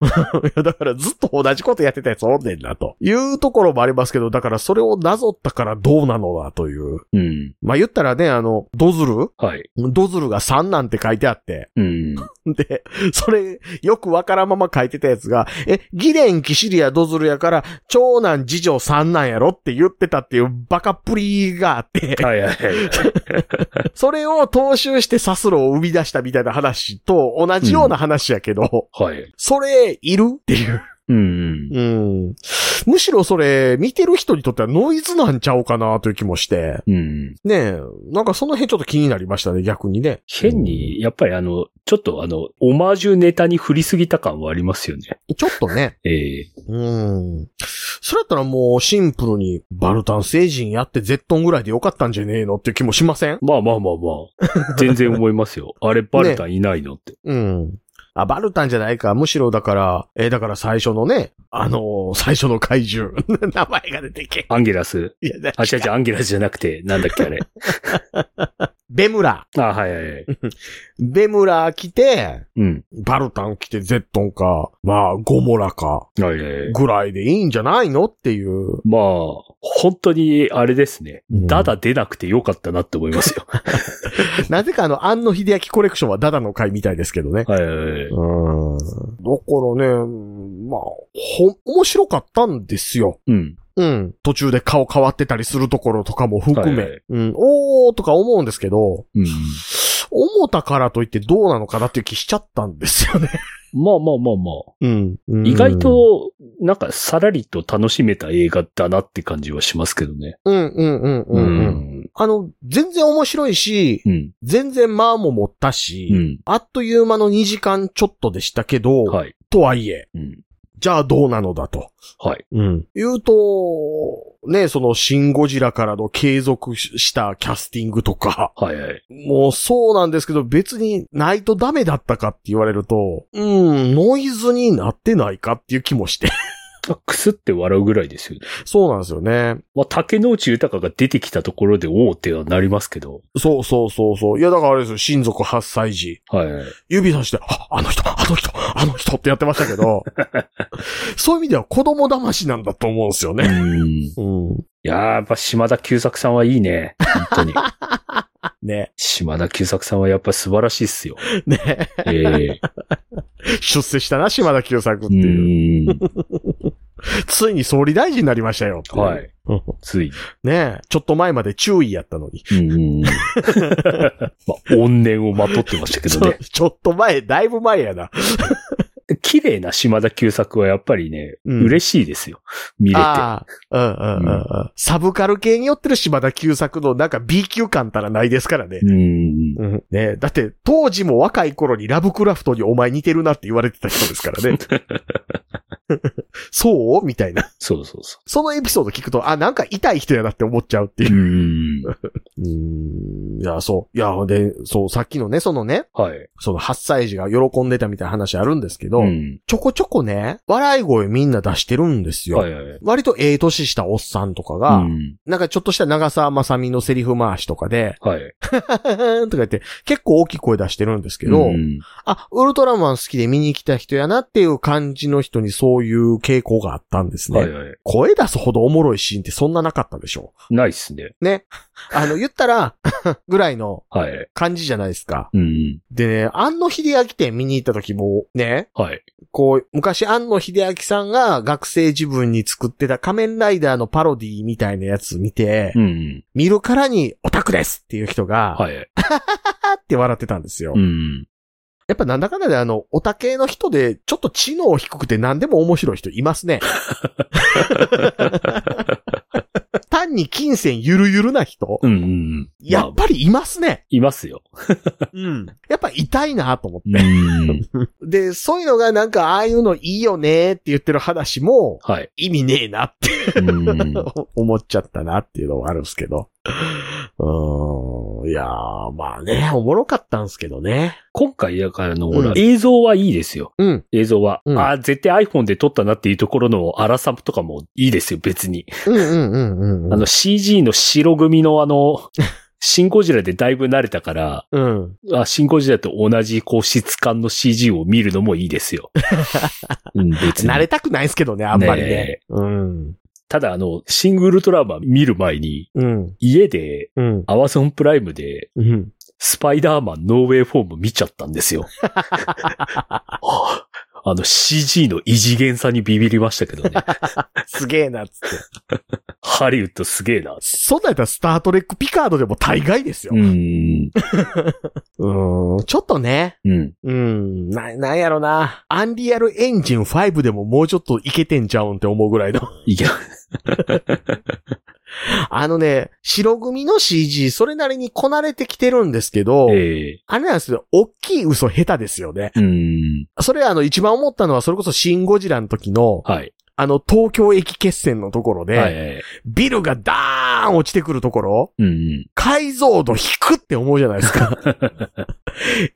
S3: やだからずっと同じことやってたやつおんねんなと。いうところもありますけど、だからそれをなぞったからどうなのだという。
S4: うん。
S3: まあ、言ったらね、あの、ドズル
S4: はい。
S3: ドズルが3なんて書いてあって、
S4: うん。
S3: で、それ、よくわからんまま書いてたやつが、え、ギレン、キシリア、ドズルやから、長男、次女、三男やろって言ってたっていうバカっぷりがあって、
S4: はいはいはい。
S3: それを踏襲してサスローを生み出したみたいな話と同じような話やけど、
S4: はい。
S3: それ、いるっていう。
S4: うん。
S3: うん。むしろそれ、見てる人にとってはノイズなんちゃうかなという気もして、
S4: うん。
S3: ねえ、なんかその辺ちょっと気になりましたね、逆にね。
S4: 変に、やっぱりあの、ちょっとあの、オマージュネタに振りすぎた感はありますよね。
S3: ちょっとね、
S4: ええ
S3: うん。それやったらもうシンプルにバルタン星人やってゼットンぐらいでよかったんじゃねえのっていう気もしません
S4: まあまあまあまあ。全然思います よ。あれ、バルタンいないのって。
S3: うん。あ、バルタンじゃないか。むしろだから、えーだから最初のね、あのー最初の怪獣。 名前が出てけ。
S4: アンゲラス。
S3: いや、だ
S4: あ、違う違う、アンゲラスじゃなくて、なんだっ けあれ。
S3: ベムラ。
S4: あ、はいはいはい。
S3: ベムラ来て、
S4: うん。
S3: バルタン来てゼットンか、まあ、ゴモラか、
S4: はいはいはい。
S3: ぐらいでいいんじゃないのっていう。
S4: まあ、本当に、あれですね。
S3: うん
S4: ダダ出なくてよかったなって思いますよ。
S3: なぜかあの、庵野秀明コレクションはダダの回みたいですけどね。
S4: はいはいはい。
S3: うん。だからね、まあ、ほ、面白かったんですよ。
S4: うん。
S3: うん。途中で顔変わってたりするところとかも含め。
S4: はいはい
S3: うん。おーとか思うんですけど、
S4: うん。
S3: 思ったからといってどうなのかなっていう気しちゃったんですよね。
S4: まあまあまあまあ。
S3: うん。
S4: 意外、と、なんか、さらりと楽しめた映画だなって感じはしますけどね。
S3: うんうんうんうん、うん
S4: ん。
S3: あの、全然面白いし
S4: う、ん。
S3: 全然間も持ったし、
S4: うん。
S3: あっという間の2時間ちょっとでしたけど、
S4: はい。
S3: とはいえ、
S4: うん。
S3: じゃあどうなのだと。
S4: はい。
S3: うん。言うと、ね、そのシンゴジラからの継続ししたキャスティングとか、
S4: はいはい。
S3: もうそうなんですけど別にないとダメだったかって言われると、うん、ノイズになってないかっていう気もして。
S4: くすって笑うぐらいですよね。
S3: そうなんですよね。
S4: まあ、竹野内豊が出てきたところで、おおってはなりますけど。
S3: そうそうそうそう。いやだからあれですよ、親族8歳児。
S4: はいはい。
S3: 指さして、あ、あの人、あの人、あの人ってやってましたけど、 そういう意味では子供騙しなんだと思うんですよね。
S4: うん。い
S3: うん。
S4: やー、やっぱ島田久作さんはいいね。本当に。
S3: ね。
S4: 島田久作さんはやっぱ素晴らしいっすよ。
S3: ね。
S4: ええ
S3: 出世したな、島田久作って
S4: う
S3: いう。
S4: ん。
S3: ついに総理大臣になりましたよ。
S4: はい。
S3: う
S4: ついに。
S3: ねえ、ちょっと前まで注意やったのに。
S4: うん うんうん。まあ、怨念をまとってましたけどね。
S3: ちょ ちょっと前、だいぶ前やな。
S4: 綺麗な島田久作はやっぱりね、
S3: うん
S4: 嬉しいですよ。見れて。
S3: ああ、うんうんうんうん。サブカル系によってる島田久作のなんか B 級感たらないですからね。
S4: うん。
S3: うん、ねだって、当時も若い頃にラブクラフトにお前似てるなって言われてた人ですから ね。そうみたいな。
S4: そうそうそ。
S3: そのエピソード聞くと、あ、なんか痛い人やなって思っちゃうっていうう。
S4: うん。
S3: うん。いや、そう。いや、で、そう、さっきのね、そのね、
S4: はい。
S3: その8歳児が喜んでたみたいな話あるんですけど、
S4: ん。
S3: ちょこちょこね、笑い声みんな出してるんですよ。
S4: はいはいはい。
S3: 割とええ年したおっさんとかが、
S4: うん。
S3: なんかちょっとした長澤まさみのセリフ回しとかで、
S4: はい。
S3: とか言って、結構大きい声出してるんですけど、
S4: うん
S3: あ、ウルトラマン好きで見に来た人やなっていう感じの人にそういう傾向があったんですね。
S4: はいはい。
S3: 声出すほどおもろいシーンってそんななかったでしょ
S4: ないっすね。
S3: あの、言ったら、 ぐらいの
S4: はい。
S3: 感じじゃないですか。
S4: うん。
S3: でね、安野秀明店見に行った時も、ね、
S4: はい。
S3: こう、昔安野秀明さんが学生自分に作ってた仮面ライダーのパロディみたいなやつ見て、
S4: うん。
S3: 見るからにオタクですっていう人が、
S4: はい。
S3: あって笑ってたんですよ。
S4: うん。
S3: やっぱなんだかんだであの、オタ系の人で、ちょっと知能低くて何でも面白い人 いますね。単に金銭ゆるゆるな人、
S4: うんうん。
S3: やっ
S4: まあ
S3: ぱりいますね。
S4: いますよ。
S3: うん。やっぱ痛いなと思って。
S4: うん。
S3: で、そういうのがなんか、ああいうのいいよねって言ってる話も、
S4: はい。
S3: 意味ねえなって
S4: うん。
S3: 思っちゃったなっていうのはあるんですけど。うーん。いやー、まあね、おもろかったんですけどね。
S4: 今回だからの、ほら、
S3: うん
S4: 映像はいいですよ。
S3: うん。
S4: 映像は。
S3: うん
S4: ああ、絶対 iPhone で撮ったなっていうところの荒さとかもいいですよ、別に。
S3: うんうんうんうんうん。
S4: あの CG の白組のあの、 シンゴジラでだいぶ慣れたから、
S3: うん。
S4: あシンゴジラと同じこう質感の CG を見るのもいいです よ。うん、別に。
S3: 慣れたくないですけどね、あんまりね。
S4: ねえ
S3: うん。
S4: ただあの、シングルトラマン見る前に、
S3: うん。
S4: 家で、
S3: うん。
S4: アマゾンプライムで、
S3: うん。
S4: スパイダーマンノーウェイフォーム見ちゃったんです よ。あの CG の異次元さにビビりましたけどね。
S3: すげえな、つって。
S4: ハリウッドすげえな。
S3: そんなんやったらスタートレックピカードでも大概ですよ
S4: う。ん。
S3: うん。ちょっとね。
S4: うん。
S3: うん。な、なんやろな。アンリアルエンジン5でももうちょっといけてんちゃうんって思うぐ らいの。
S4: いや、
S3: あのね、白組の CG、それなりにこなれてきてるんですけど、
S4: ええ
S3: あれなんですよ、大きい嘘下手ですよね。
S4: うん。
S3: それあの一番思ったのは、それこそシンゴジラの時の、
S4: はい。
S3: あの東京駅決戦のところで、
S4: はいはいはい。
S3: ビルがダーン落ちてくるところ、
S4: うんうん。
S3: 解像度低って思うじゃないで すか。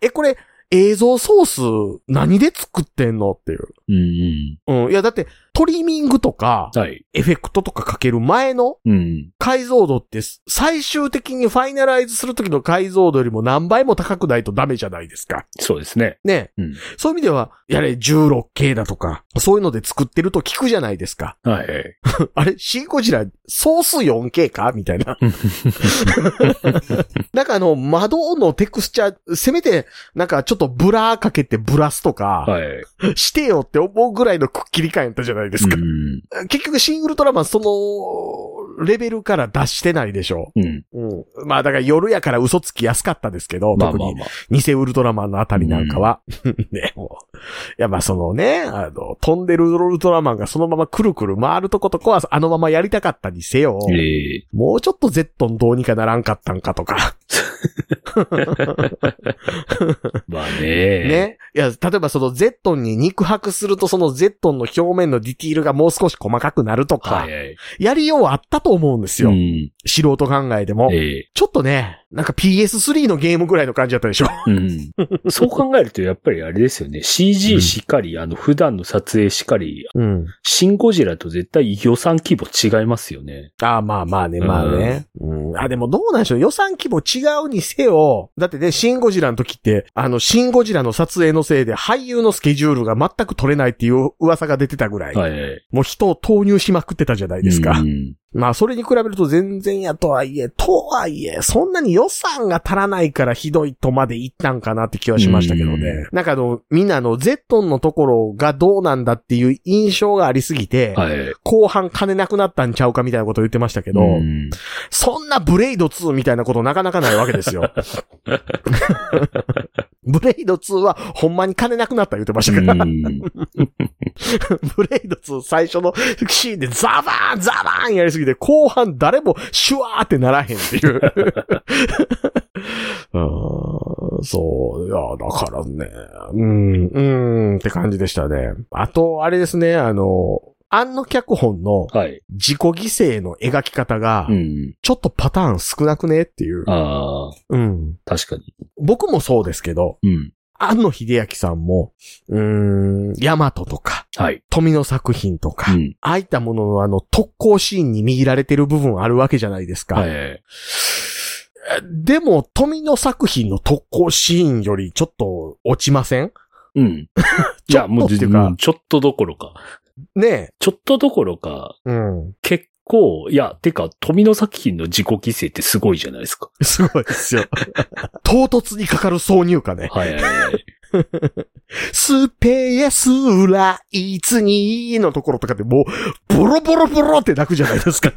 S3: え、これ、映像ソース何で作ってんのっていう。
S4: うん
S3: うん。いや、だって、トリミングとか
S4: うん。、はい。
S3: エフェクトとかかける前の
S4: うん。
S3: 解像度って、最終的にファイナライズするときの解像度よりも何倍も高くないとダメじゃないですか。
S4: そうですね。
S3: ね。
S4: うん
S3: そういう意味では、やれ、16K だとか、そういうので作ってると聞くじゃないですか。
S4: はいはい。
S3: あれ、シンゴジラ、ソース 4K かみた いな。なんかあの、窓のテクスチャー、せめて、なんかちょっとブラーかけてブラスとか、
S4: はい。
S3: してよって思うぐらいのくっきり感やったじゃないですか。
S4: うん。
S3: 結局、シングルトラマン、その、レベルから脱してないでしょ。
S4: うん。
S3: うん。まあだから夜やから嘘つきやすかったですけど、
S4: まあ
S3: 特
S4: まあ
S3: に
S4: まあ。
S3: 偽ウルトラマンのあたりなんかは。 ね、もう。いやまあそのね、あの、飛んでるウルトラマンがそのままくるくる回るとことこはあのままやりたかったにせよ。
S4: ええ
S3: もうちょっとゼットンどうにかならんかったんかとか。
S4: まあね。
S3: ね。いや、例えばそのゼットンに肉薄するとそのゼットンの表面のディティールがもう少し細かくなるとか、
S4: はいはい。
S3: やりようあったと思うんですよ。
S4: うん。
S3: 素人考えでも。
S4: ええ
S3: ちょっとね、なんか PS3 のゲームぐらいの感じだったでしょ。
S4: うん。そう考えるとやっぱりあれですよね。
S3: うん
S4: CG しっかり、あの、普段の撮影しっかり、
S3: うん。
S4: シンゴジラと絶対予算規模違いますよね。
S3: ああ、まあまあね、まあね。うん。あ、でもどうなんでしょう。予算規模違うにせよ。だってね、シンゴジラの時って、あの、シンゴジラの撮影のせいで俳優のスケジュールが全く取れないっていう噂が出てたぐらい。
S4: はい。
S3: もう人を投入しまくってたじゃないですか。
S4: うん
S3: まあ、それに比べると全然やとはいえ、とはいえ、そんなに予算が足らないからひどいとまで言ったんかなって気はしましたけどね。なんかあの、みんなあの、ゼットンのところがどうなんだっていう印象がありすぎて、
S4: はい。
S3: 後半金なくなったんちゃうかみたいなことを言ってましたけど、
S4: うん
S3: そんなブレイド2みたいなことなかなかないわけで すよ。ブレイド2はほんまに金なくなった言ってましたから、
S4: うん
S3: ブレイド2最初のシーンでザバーンザバーンやりすぎて、後半誰もシュワーってならへんって いう。うーんそう、いや、だからね、うん、うんって感じでしたね。あと、あれですね、あの、あの脚本の
S4: はい。
S3: 自己犠牲の描き方が
S4: う、ん。
S3: ちょっとパターン少なくねっていう。
S4: ああ、
S3: うん。
S4: 確かに。
S3: 僕もそうですけど、
S4: うん。
S3: 安野秀明さんも、うーん、ヤマトとか、
S4: はい。
S3: 富の作品とか、
S4: うん。
S3: ああいったもののあの特攻シーンに握られてる部分あるわけじゃないですか。
S4: はい。
S3: でも、富の作品の特攻シーンよりちょっと落ちません
S4: うん。い
S3: ちょ
S4: や、
S3: っ
S4: も
S3: と
S4: う
S3: っ
S4: ず、
S3: ていう
S4: う
S3: か
S4: ん、ちょっとどころか。
S3: ね
S4: ちょっとどころか、
S3: え。うん。
S4: 結構、いや、てか、富野作品の自己犠牲ってすごいじゃないですか。
S3: すごいです よ。唐突にかかる挿入歌ね。
S4: はいはいはい。
S3: スペースライツにのところとかでもう、ボロボロボロって泣くじゃない ですか。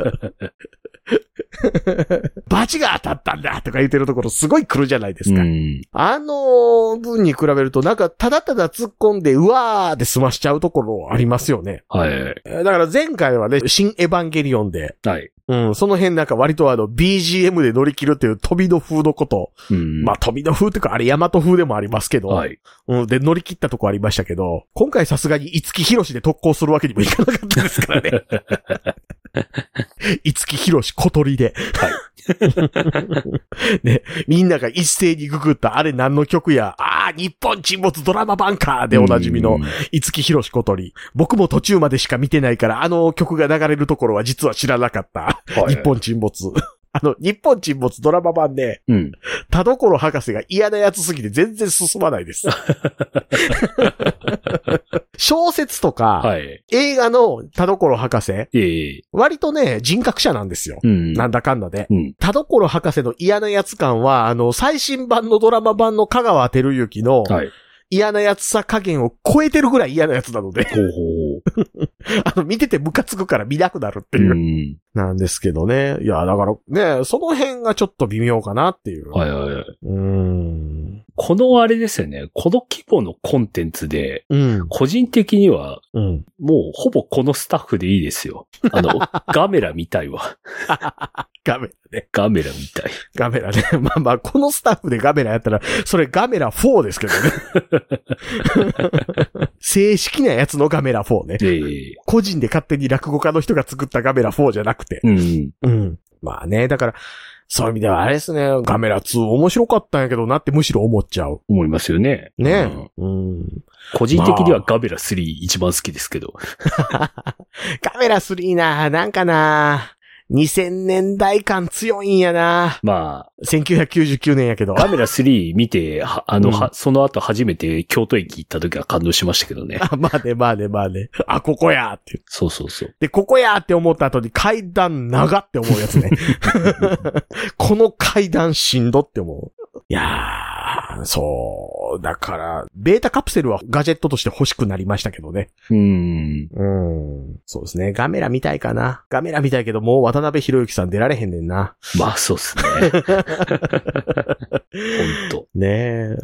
S3: バチが当たったんだとか言ってるところすごい来るじゃないですか。
S4: うん。
S3: あの分に比べるとなんかただただ突っ込んでうわーで済ましちゃうところありますよね。
S4: はいはい。
S3: えーだから前回はね、新エヴァンゲリオンで、
S4: はい。
S3: うん、その辺なんか割とあの BGM で乗り切るっていう飛びの風のこと。
S4: うん。
S3: まあ飛びの風っていうかあれ大和風でもありますけど。
S4: はい。
S3: うん、で、乗り切ったとこありましたけど、今回さすがに五木ひろしで特攻するわけにもいかなかったですからね。五木ひろし小鳥で。はい。ね、みんなが一斉にググったあれ何の曲や、ああ、日本沈没ドラマ版かでおなじみ
S4: う
S3: の
S4: ん。
S3: 五木ひろし小鳥。僕も途中までしか見てないから、あの曲が流れるところは実は知らなかった。
S4: はい
S3: 日本沈没。 あの、日本沈没ドラマ版で、
S4: うん。
S3: 田所博士が嫌なやつすぎて全然進まな いです。小説とか、
S4: はい。
S3: 映画の田所博士、
S4: ええ。
S3: 割とね、人格者なんですよ。
S4: うん。
S3: なんだかんだで。
S4: うん。
S3: 田所博士の嫌なやつ感は、あの、最新版のドラマ版の香川照之の
S4: はい。
S3: 嫌なやつさ加減を超えてるぐらい嫌なやつなので、
S4: ほうほう
S3: あの、見ててムカつくから見なくなるって
S4: ほう。
S3: いうう。
S4: ん。
S3: なんですけどね。いや、だからね、その辺がちょっと微妙かなっていう。
S4: はいはいはい。
S3: うーん。
S4: このあれですよね。この規模のコンテンツで、
S3: うん。
S4: 個人的には、
S3: うん。
S4: もうほぼこのスタッフでいいですよ。あ の、ガメラ見たいわ。
S3: ガメラね。
S4: ガメラ見たい。
S3: ガメラね。 まあまあ、このスタッフでガメラやったら、それガメラ4ですけど ね。正式なやつのガメラ4ね。
S4: ええ。
S3: 個人で勝手に落語家の人が作ったガメラ4じゃなくて。
S4: うん。
S3: うん。まあね、だから、そういう意味ではあれですね、ガメラ2面白かったんやけどなってむしろ思っちゃう。
S4: 思いますよね。
S3: ね
S4: うん。
S3: うん。
S4: 個人的にはガベラ3一番好きですけど。
S3: ガメラ3な、なんかな、2000年代感強いんやな。
S4: まあ、
S3: 1999年 やけど。
S4: ガメラ3見て、 はあの、
S3: うん
S4: はその後初めて京都駅行った時は感動しましたけどね。
S3: あまあね、まあね、まあね。あ、ここやって。
S4: そうそうそう。
S3: で、ここやって思った後に階段長って思うやつ ね。この階段しんどって思う。いやー、そう。だから、ベータカプセルはガジェットとして欲しくなりましたけどね。
S4: うん。
S3: うん。そうですね。ガメラ見たいかな。ガメラ見たいけど、もう渡辺博之さん出られへんねん な。
S4: まあ、そうっすね。本当
S3: ねえ、う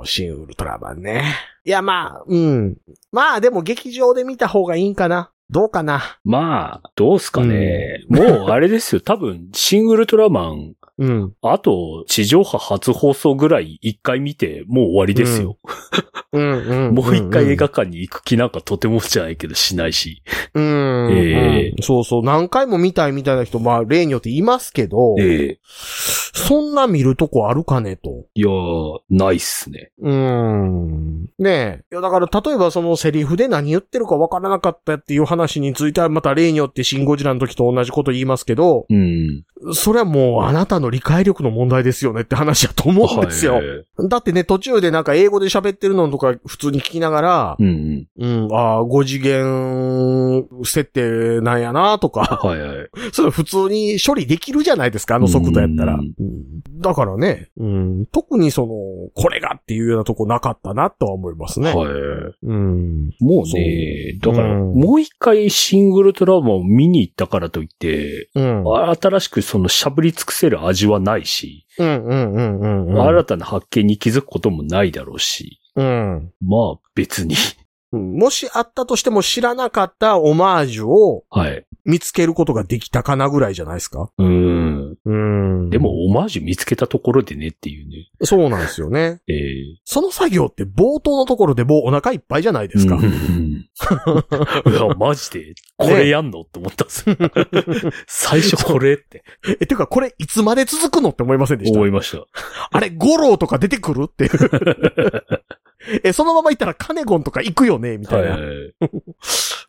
S3: ーん新ウルトラマンね。いや、まあ、うん。まあ、でも劇場で見た方がいいんかな。どうかな。
S4: まあ、どうっすかね。もう、あれですよ。多分、シングルトラマン、
S3: うん。
S4: あと、地上波初放送ぐらい一回見て、もう終わりですよ。
S3: うん、うん。
S4: もう一回映
S3: 画
S4: 画館に行く気なんかとてもじゃないけどしないし。
S3: うん、
S4: ええ
S3: そうそう。何回も見たいみたいな人、まあ、例によっていますけど、
S4: ええ
S3: そんな見るとこあるかねと。
S4: いやー、ないっすね。
S3: うーん。ねえ。いや、だから、例えばそのセリフで何言ってるかわからなかったっていう話については、また例によってシンゴジラの時と同じこと言いますけど、
S4: うん。
S3: それはもうあなたの理解力の問題ですよねって話だと思うんですよ。
S4: はい
S3: だってね、途中でなんか英語で喋ってるのとか普通に聞きながら、
S4: うんうん。
S3: うん、ああ、5次元設定なんやなとか、
S4: はいはい。
S3: それ普通に処理できるじゃないですか、あの速度やったら。
S4: う
S3: うんんだからね、うん、特にその、これがっていうようなとこなかったなとは思いますね。
S4: はい。
S3: うん。
S4: もうね、
S3: そ
S4: だ
S3: う
S4: から、
S3: うん
S4: もう一回シングルトラマを見に行ったからといって、
S3: うん。
S4: 新しくそのしゃぶり尽くせる味はないし、
S3: うんうんうんうんうん。
S4: 新たな発見に気づくこともないだろうし、
S3: うん。
S4: まあ別に。
S3: もしあったとしても知らなかったオマージュを
S4: はい。
S3: 見つけることができたかなぐらいじゃないですか。
S4: うん。
S3: うん
S4: で、も、オマージュ見つけたところでねっていうね。
S3: そうなんですよね。
S4: ええ
S3: その作業って冒頭のところでもうお腹いっぱいじゃないですか。
S4: うんうん うんうわ、マジで、これやんのって思ったんですよ。 最初これ って
S3: え、てかこれいつまで続くのって思いませんでした
S4: 思いました。
S3: あれ、ゴローとか出てくるっていう。 え、そのまま行ったらカネゴンとか行くよねみたい
S4: はい
S3: な、
S4: はい。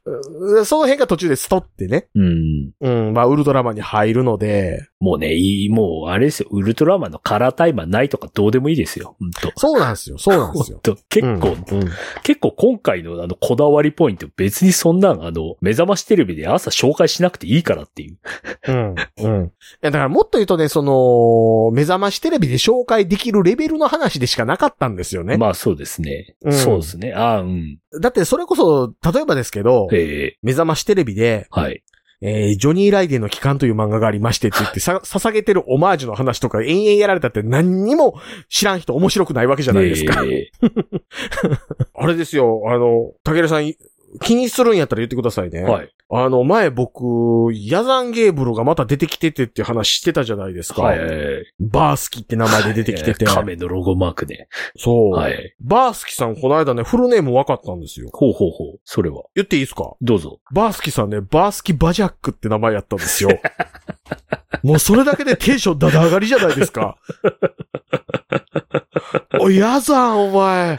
S3: うんその辺が途中でストってね。
S4: うん。
S3: うん、まあ、ウルトラマンに入るので。
S4: もうね、いい、もう、あれですよ、ウルトラマンのカラータイマーないとかどうでもいいですよ。ほんと。
S3: そうなんですよ。そうなんです
S4: ほん
S3: よ。
S4: と結構、
S3: うんうん
S4: 結構今回のあの、こだわりポイント、別にそんなん、あの、目覚ましテレビで朝紹介しなくていいからっていう。
S3: うん。うん。いや、だからもっと言うとね、その、目覚ましテレビで紹介できるレベルの話でしかなかったんですよね。
S4: まあそうですね。
S3: うん
S4: そうですね。ああ、うん。
S3: だってそれこそ、例えばですけど、
S4: ええ
S3: 目覚ましテレビで、
S4: はい。
S3: えージョニー・ライデンの帰還という漫画がありましてって言って、さ、捧げてるオマージュの話とか延々やられたって何にも知らん人面白くないわけじゃないですか。
S4: ええ
S3: あれですよ、あの、竹田さん、気にするんやったら言ってくださいね。
S4: はい。
S3: あの、前僕、ヤザンゲーブルがまた出てきててっていう話してたじゃないですか。
S4: はいはいはい。
S3: バースキって名前で出てきて
S4: え
S3: て。
S4: ー亀のロゴマークね。
S3: そう、
S4: はい。
S3: バースキさんこの間ね、フルネーム分かったんですよ。
S4: ほうほうほう。それは。
S3: 言っていいですか
S4: どうぞ。
S3: バースキさんね、バースキバジャックって名前やったんですよ。 もうそれだけでテンションだだ上がりじゃないですか。 おい、やざん、お前。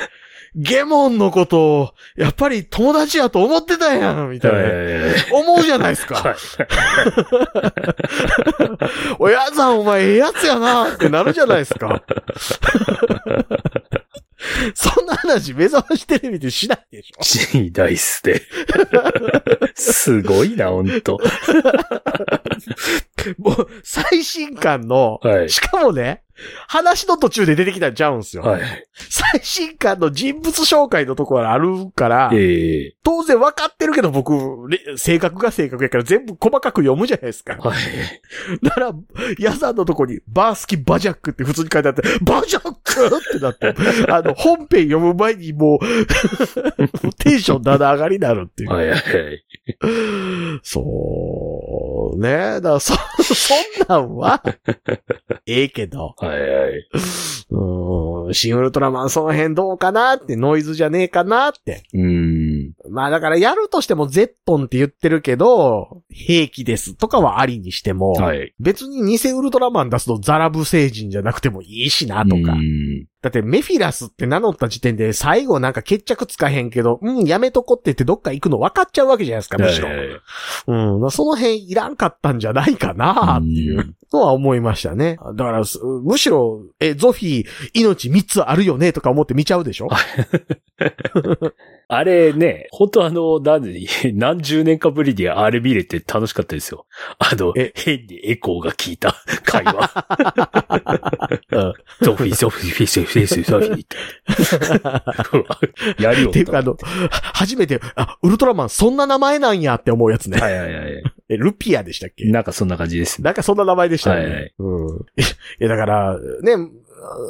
S3: ゲモンのこと、やっぱり友達やと思ってたやん、みたいな。
S4: え
S3: 思うじゃないで
S4: ー
S3: すか。
S4: はい。
S3: おやざん、お前、ええやつやなってなるじゃないですか。 そんな話、目覚ましテレビでしないでしょ。
S4: ジニーダイスで。すごいな、ほんと。
S3: もう、最新刊の、
S4: はい
S3: しかもね、話の途中で出てきたんちゃうんすよ。
S4: はい。
S3: 最新刊の人物紹介のところあるから、
S4: ええ
S3: 当然分かってるけど僕、れ性格が性格やから全部細かく読むじゃないですか。
S4: はい。
S3: だから、ヤさんのとこに、バースキバジャックって普通に書いてあって、バジャックって なって、あの、本編読む前にもう、 テンションだだ上がりになるっていう。
S4: はいはい。
S3: そう、ねだからそ、そんなん は、ええけど、
S4: はいはい。
S3: うーん、シンウルトラマンその辺どうかなって、ノイズじゃねえかなって。
S4: うーん。
S3: まあだからやるとしてもゼットンって言ってるけど、兵器ですとかはありにしても、
S4: はい。
S3: 別に偽ウルトラマン出すのザラブ星人じゃなくてもいいしな
S4: あ
S3: とか。だってメフィラスって名乗った時点で最後なんか決着つかへんけど、うん、やめとこって言ってどっか行くの分かっちゃうわけじゃないですか、むしろ。うん、その辺いらんかったんじゃないかなっていう
S4: うん
S3: とは思いましたね。だから、すむしろ、え、ゾフィー、命3つあるよねとか思って見ちゃうでしょ
S4: あれね、ほんとあの、なんで、何十年かぶりにあれ見れて楽しかったですよ。あの
S3: え、
S4: 変にエコーが効いた会話。
S3: うん
S4: ゾフィー、ゾフィー、フィス、フィス、ゾフィー って。やるよ。
S3: っていうか、あの、初めて、あ、ウルトラマンそんな名前なんやって思うやつね。
S4: はいはいはい。
S3: え、ルピアでしたっけ
S4: なんかそんな感じですね。
S3: なんかそんな名前でしたね。
S4: はいはい
S3: うん。いや、だから、ね、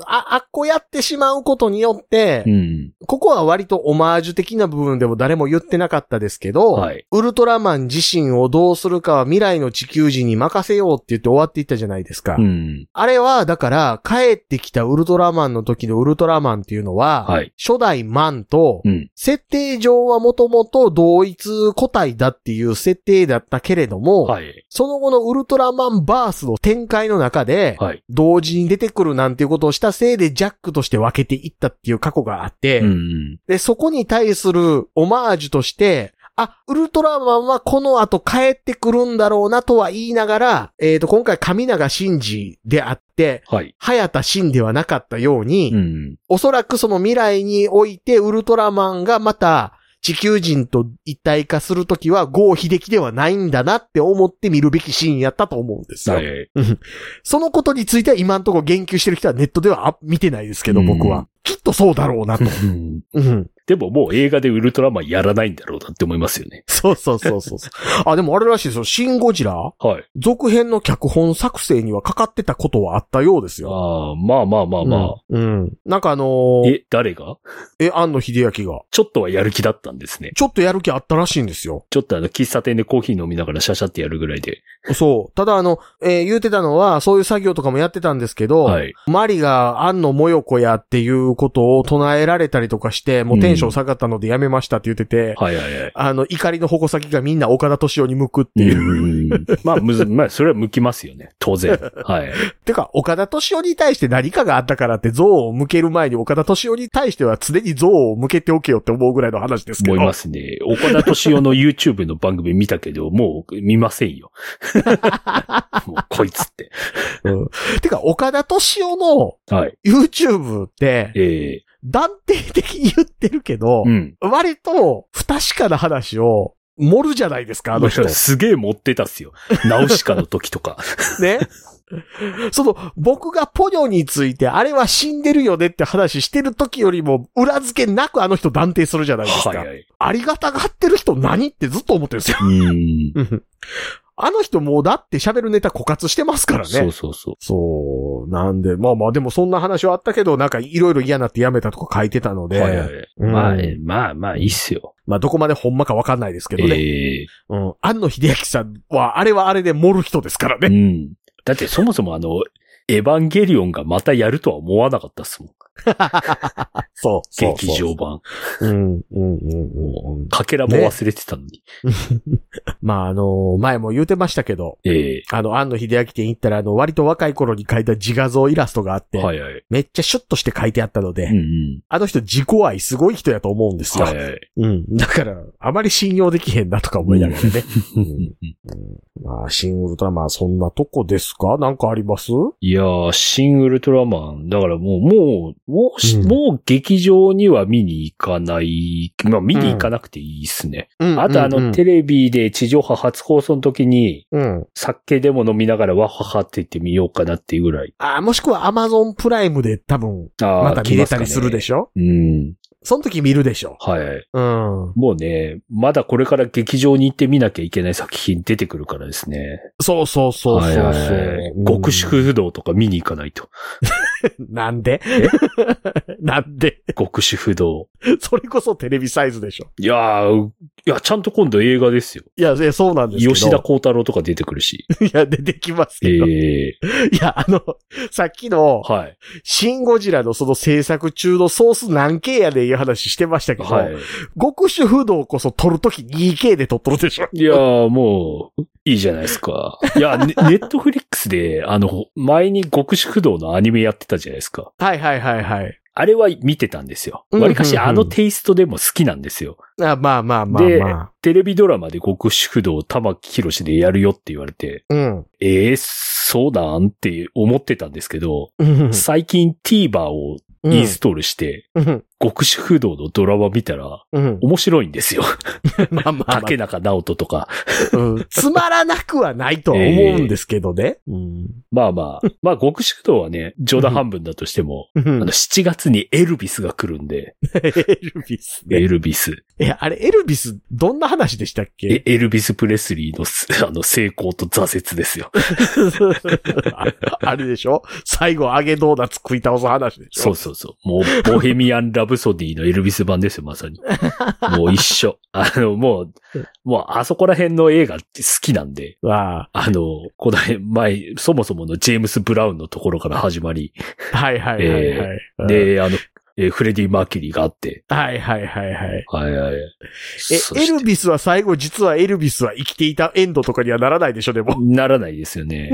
S3: あ、あっこやってしまうことによって、
S4: うん。
S3: ここは割とオマージュ的な部分でも誰も言ってなかったですけど、
S4: はい。
S3: ウルトラマン自身をどうするかは未来の地球人に任せようって言って終わっていったじゃないですか。
S4: うん。
S3: あれは、だから、帰ってきたウルトラマンの時のウルトラマンっていうのは、
S4: はい
S3: 初代マンと、
S4: うん。
S3: 設定上はもともと同一個体だっていう設定だったけれども、
S4: はい。
S3: その後のウルトラマンバースの展開の中で、
S4: はい。
S3: 同時に出てくるなんていうことをしたせいでジャックとして分けていったっていう過去があって、
S4: うん。
S3: で、そこに対するオマージュとして、あ、ウルトラマンはこの後帰ってくるんだろうなとは言いながら、えっ、と、今回神永真司であって、
S4: はい。
S3: 早田真ではなかったように、
S4: うん。
S3: おそらくその未来においてウルトラマンがまた地球人と一体化するときはゴー秀樹ではないんだなって思って見るべきシーンやったと思うんですよ。
S4: はい。
S3: そのことについては今んとこ言及してる人はネットではあ見てないですけど、
S4: うん
S3: 僕は。きっとそうだろうなと。
S4: うん
S3: うん。
S4: でももう映画でウルトラマンやらないんだろうなって思いますよね。
S3: そうそうそうそう。あ、でもあれらしいですよ。シン・ゴジラ
S4: はい。
S3: 続編の脚本作成にはかかってたことはあったようですよ。
S4: ああ、まあまあまあまあ。
S3: うん。うんなんかあのー、
S4: え、誰が
S3: え、庵野秀明が、
S4: ちょっとはやる気だったんですね。
S3: ちょっとやる気あったらしいんですよ。
S4: ちょっとあの、喫茶店でコーヒー飲みながらシャシャってやるぐらいで。
S3: そう。ただあの、えー言うてたのは、そういう作業とかもやってたんですけど、
S4: はい。
S3: マリが庵野もよこやっていうことを唱えられたりとかして、もうテンション下がったのでやめましたって言ってて、
S4: はいはいはい。
S3: あの、怒りの矛先がみんな岡田敏夫に向くっていう。
S4: うん まあ、むず、まあ、それは向きますよね。当然。はい。
S3: てか、岡田敏夫に対して何かがあったからって像を向ける前に岡田敏夫に対しては常に像を向けておけよって思うぐらいの話ですけど。
S4: 思いますね。岡田敏夫の YouTube の番組見たけ ど、もう見ませんよ。 もうこいつって。
S3: うん てか、岡田敏夫の
S4: はい。
S3: YouTube って、
S4: ええ
S3: 断定的に言ってるけど、
S4: うん。
S3: 割と不確かな話を盛るじゃないですか、あの人。
S4: すげえ持ってたっす よ。ナウシカの時とか。
S3: ね。その、僕がポニョについて、あれは死んでるよねって話してる時よりも、裏付けなくあの人断定するじゃないですか。
S4: はいはい。
S3: ありがたがってる人何ってずっと思ってるんですよ。
S4: うん。
S3: あの人もうだって喋るネタ枯渇してますからね。
S4: そうそうそう。
S3: そうなんで、まあまあでもそんな話はあったけど、なんかいろいろ嫌なってやめたとか書いてたので、
S4: はいはい。
S3: うん
S4: まあ、えまあまあ、いいっすよ。
S3: まあどこまでほんまかわかんないですけどね。
S4: ええ
S3: うん。安野秀明さんは、あれはあれで盛る人ですから
S4: う
S3: ね。
S4: ん。だってそもそもあの、エヴァンゲリオンがまたやるとは思わなかったっすもん。
S3: そうそうそう
S4: 劇場版。
S3: うん、うん、うん、うん。
S4: かけらも忘れてたのに。
S3: まあ、あの、前も言うてましたけど、
S4: ええ
S3: あの、安野秀明店行ったら、あの、割と若い頃に描いた自画像イラストがあって、
S4: はいはい。
S3: めっちゃシュッとして描いてあったので、
S4: うんうん。
S3: あの人自己愛すごい人やと思うんですよ。
S4: はいはい。
S3: うん。だから、あまり信用できへんなとか思いながらね。
S4: うん
S3: まあ、シンウルトラマンそんなとこですかなんかあります
S4: いやー、シン・ウルトラマン。だからもう、もう、もうし、
S3: うん
S4: もう劇場には見に行かない。まあ見に行かなくていいっすね。あとあの、テレビで地上波初放送の時に、
S3: うん。
S4: 酒でも飲みながらわははって言ってみようかなっていうぐらい。
S3: あーもしくはアマゾンプライムで多分、
S4: あー
S3: また見れたりするで
S4: し
S3: しょ、
S4: ょ。うん。
S3: その時見るでしょ
S4: はい。
S3: うん。
S4: もうね、まだこれから劇場に行って見なきゃいけない作品出てくるからですね。
S3: そうそうそうそうそう。
S4: はいはいはい
S3: うん
S4: 極縮不動とか見に行かないと。
S3: なんで なんで
S4: 極主不動。
S3: それこそテレビサイズでしょ。
S4: いやー、いや、ちゃんと今度映画ですよ。
S3: いや、いやそうなんですけど。
S4: 吉田幸太郎とか出てくる し。
S3: いや、出てきます
S4: え
S3: けど。
S4: え
S3: いや、あの、さっきの、
S4: はい。
S3: シンゴジラのその制作中のソース何系やでいう話してましたけど、
S4: はい。
S3: 極主不動こそ撮るとき 2K で撮っとるでしょ。
S4: いやー、もう、いいじゃないですか。いや、 ねネットフリックスで、あの、前に極主不動のアニメやってたじゃないですか。
S3: はいはいはいはい。
S4: あれは見てたんですよ。
S3: うん
S4: わりかし
S3: うんうん
S4: あのテイストでも好きなんですよ。
S3: あまあまあまあ
S4: で
S3: まあ。
S4: テレビドラマで極主不動玉木宏でやるよって言われて、
S3: うん。
S4: ええそうなんって思ってたんですけど、
S3: うん
S4: 最近 TVer をインストールして、
S3: うん
S4: 極主不動のドラマ見たら、
S3: うん。
S4: 面白いんですよ。
S3: まあまあまあ
S4: 竹中直人とか。
S3: うんつまらなくはないとは思うんですけどね。うん
S4: まあ まあ。まあ、極主道はね、冗談半分だとしても、あの、7月にエルビスが来るんで、
S3: エルビス
S4: エ
S3: ね。
S4: ルビス。
S3: え、あれ、エルビス、どんな話でしたっ
S4: え
S3: け
S4: エルビス・プレスリーのす、 あの、成功と挫折ですよ。
S3: ああれでしょ最後、揚げドーナツ食い倒す話でし
S4: そ
S3: ょ
S4: うそうそう。もう、ボヘミアン・ラブソディのエルビス版ですよ、まさに。もう一 緒。あの、もう、もう、あそこら辺の映画って好きなんで、
S3: あ
S4: あの、この辺、前、そもそものジェームス・ブラウンのところから始まり、
S3: あはいはいはいはい。
S4: で、あの、えーフレディ・マーキュリーがあって。
S3: はいはいはいはい。
S4: はいはい。え、
S3: え、エルビスは最後、実はエルビスは生きていたエンドとかにはならないでしょ、でも。
S4: ならないですよ ね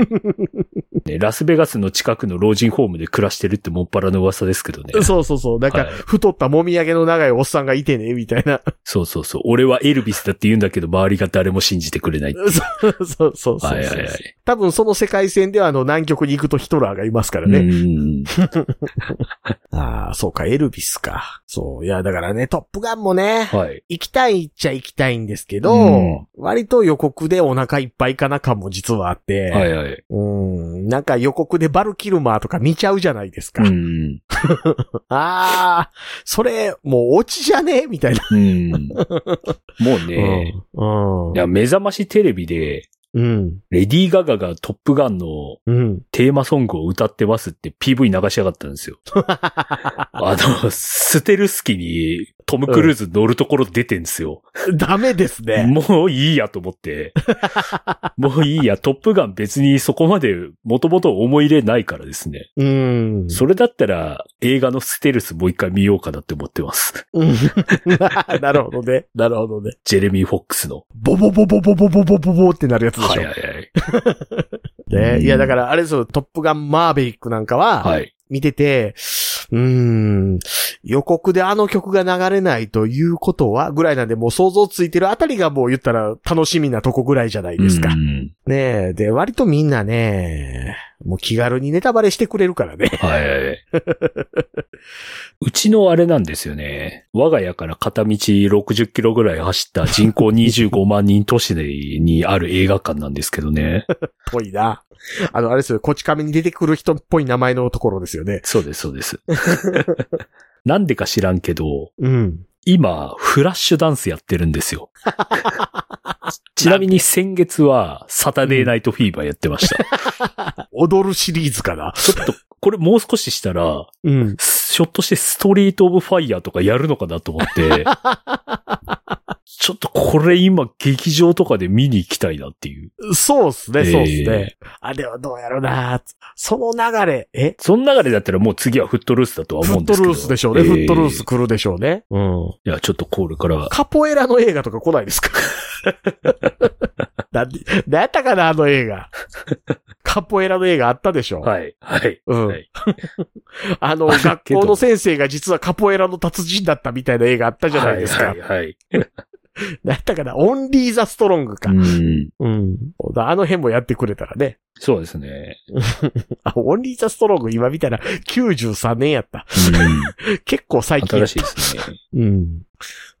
S4: ねラスベガスの近くの老人ホームで暮らしてるってもっぱらの噂ですけどね。
S3: そうそうそう。なんか、
S4: はい
S3: 太ったもみあげの長いおっさんがいてね、みたいな。
S4: そうそうそう。俺はエルビスだって言うんだけど、周りが誰も信じてくれない。
S3: そうそうそうそう。
S4: はいはいはい。
S3: 多分その世界線ではあの南極に行くとヒトラーがいますからね。
S4: うん。
S3: ああ、そうか、エルビスか。そう。いや、だからね、トップガンもね、
S4: はい。
S3: 行きたいっちゃ行きたいんですけど、
S4: うん
S3: 割と予告でお腹いっぱいかな感も実はあって、
S4: はいはい。
S3: うん、なんか予告でバルキルマーとか見ちゃうじゃないですか。
S4: うん。
S3: ああ、それ、もうオチじゃねみたいな。
S4: うん。もうね、
S3: うん。うん
S4: いや、目覚ましテレビで、
S3: うん。
S4: レディー・ガガがトップガンの
S3: うん。
S4: テーマソングを歌ってますって PV 流しやがったん ですよ。あの、ステルスキにトム・クルーズ乗るところ出てんですよ。
S3: ダメですね。
S4: もういいやと思 って。もういいや、トップガン別にそこまでもともと思い入れないからですね。
S3: うん。
S4: それだったら映画のステルスもう一回見ようかなって思ってます。
S3: うん なるほどね。なるほどね。
S4: ジェレミー・フォックスの。
S3: ボボボボボボボボボボってなるやつでしょ。
S4: はいはいはい。
S3: ね
S4: うん
S3: いや、だから、あれですよ、トップガンマーベリックなんかは、
S4: はい。
S3: 見てて、うーん、予告であの曲が流れないということは、ぐらいなんで、もう想像ついてるあたりがもう言ったら楽しみなとこぐらいじゃないですか。
S4: うん
S3: ねえ、で、割とみんなね、もう気軽にネタバレしてくれるからね。
S4: はいはいはい。うちのあれなんですよね。我が家から片道60キロぐらい走った人口25万人都市にある映画館なんですけどね。
S3: ぽいな。あの、あれですよ、こち亀に出てくる人っぽい名前のところですよね。
S4: そうです、そうです。 なんでか知らんけど、
S3: うん。
S4: 今、フラッシュダンスやってるんです よ。ちなみに先月は、サタデーナイトフィーバーやってました。
S3: 踊るシリーズかな。
S4: ちょっと、これもう少ししたら、
S3: うん。
S4: ひょっとしてストリートオブファイヤーとかやるのかなと思って、ちょっとこれ今劇場とかで見に行きたいなっていう。
S3: そうっすね、そうっすね。あ、でもどうやろうなその流れ、え
S4: その流れだったらもう次はフットルースだとは
S3: フ
S4: 思う
S3: ッ
S4: んで
S3: ト
S4: すけ
S3: ル
S4: ど。
S3: ースでしょうね。
S4: え
S3: フットルース来るでしょうね。
S4: うん。いや、ちょっとこれから、
S3: カポエラの映画とか来な いですかなんで、なんやったかな、あの映画。カポエラの映画あったでしょ
S4: はい、はい。
S3: うん。
S4: はい
S3: あの、
S4: ある
S3: 学
S4: けど
S3: 校の先生が実はカポエラの達人だったみたいな映画あったじゃないですか。
S4: はい、はいはい。
S3: なんやったかな、オンリーザストロングか。
S4: うん。
S3: うん。あの辺もやってくれたらね。
S4: そうですね。
S3: あ、オンリーザストロング今見たら93年やった。結構最
S4: うん、
S3: 近や
S4: 新
S3: っ
S4: しいですね。
S3: うん。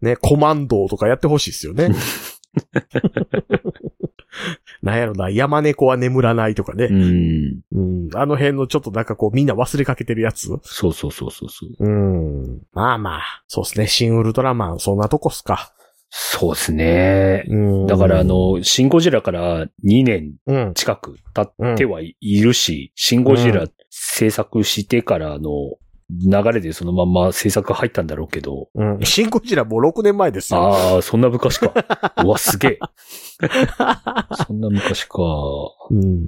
S3: ね、コマンドとかやってほしいです よね。なんやろな、山猫は眠らないとかね。
S4: うん。
S3: うん。あの辺のちょっとなんかこうみんな忘れかけてるやつ。
S4: そうそうそうそうそう。
S3: うん。まあまあ、そうですね。新ウルトラマン、そんなとこっすか。
S4: そうですね。
S3: うん。
S4: だからあ、の、シンゴジラから2年
S3: うん。
S4: 近く経ってはいるし、シンゴジ
S3: う
S4: ラ制作してからの流れでそのまんま制作入ったんだろうけど、
S3: うん。シンゴジラもう6年前ですよ。
S4: ああ、そんな昔 か。うわ、すげえ。そんな昔か。
S3: うん。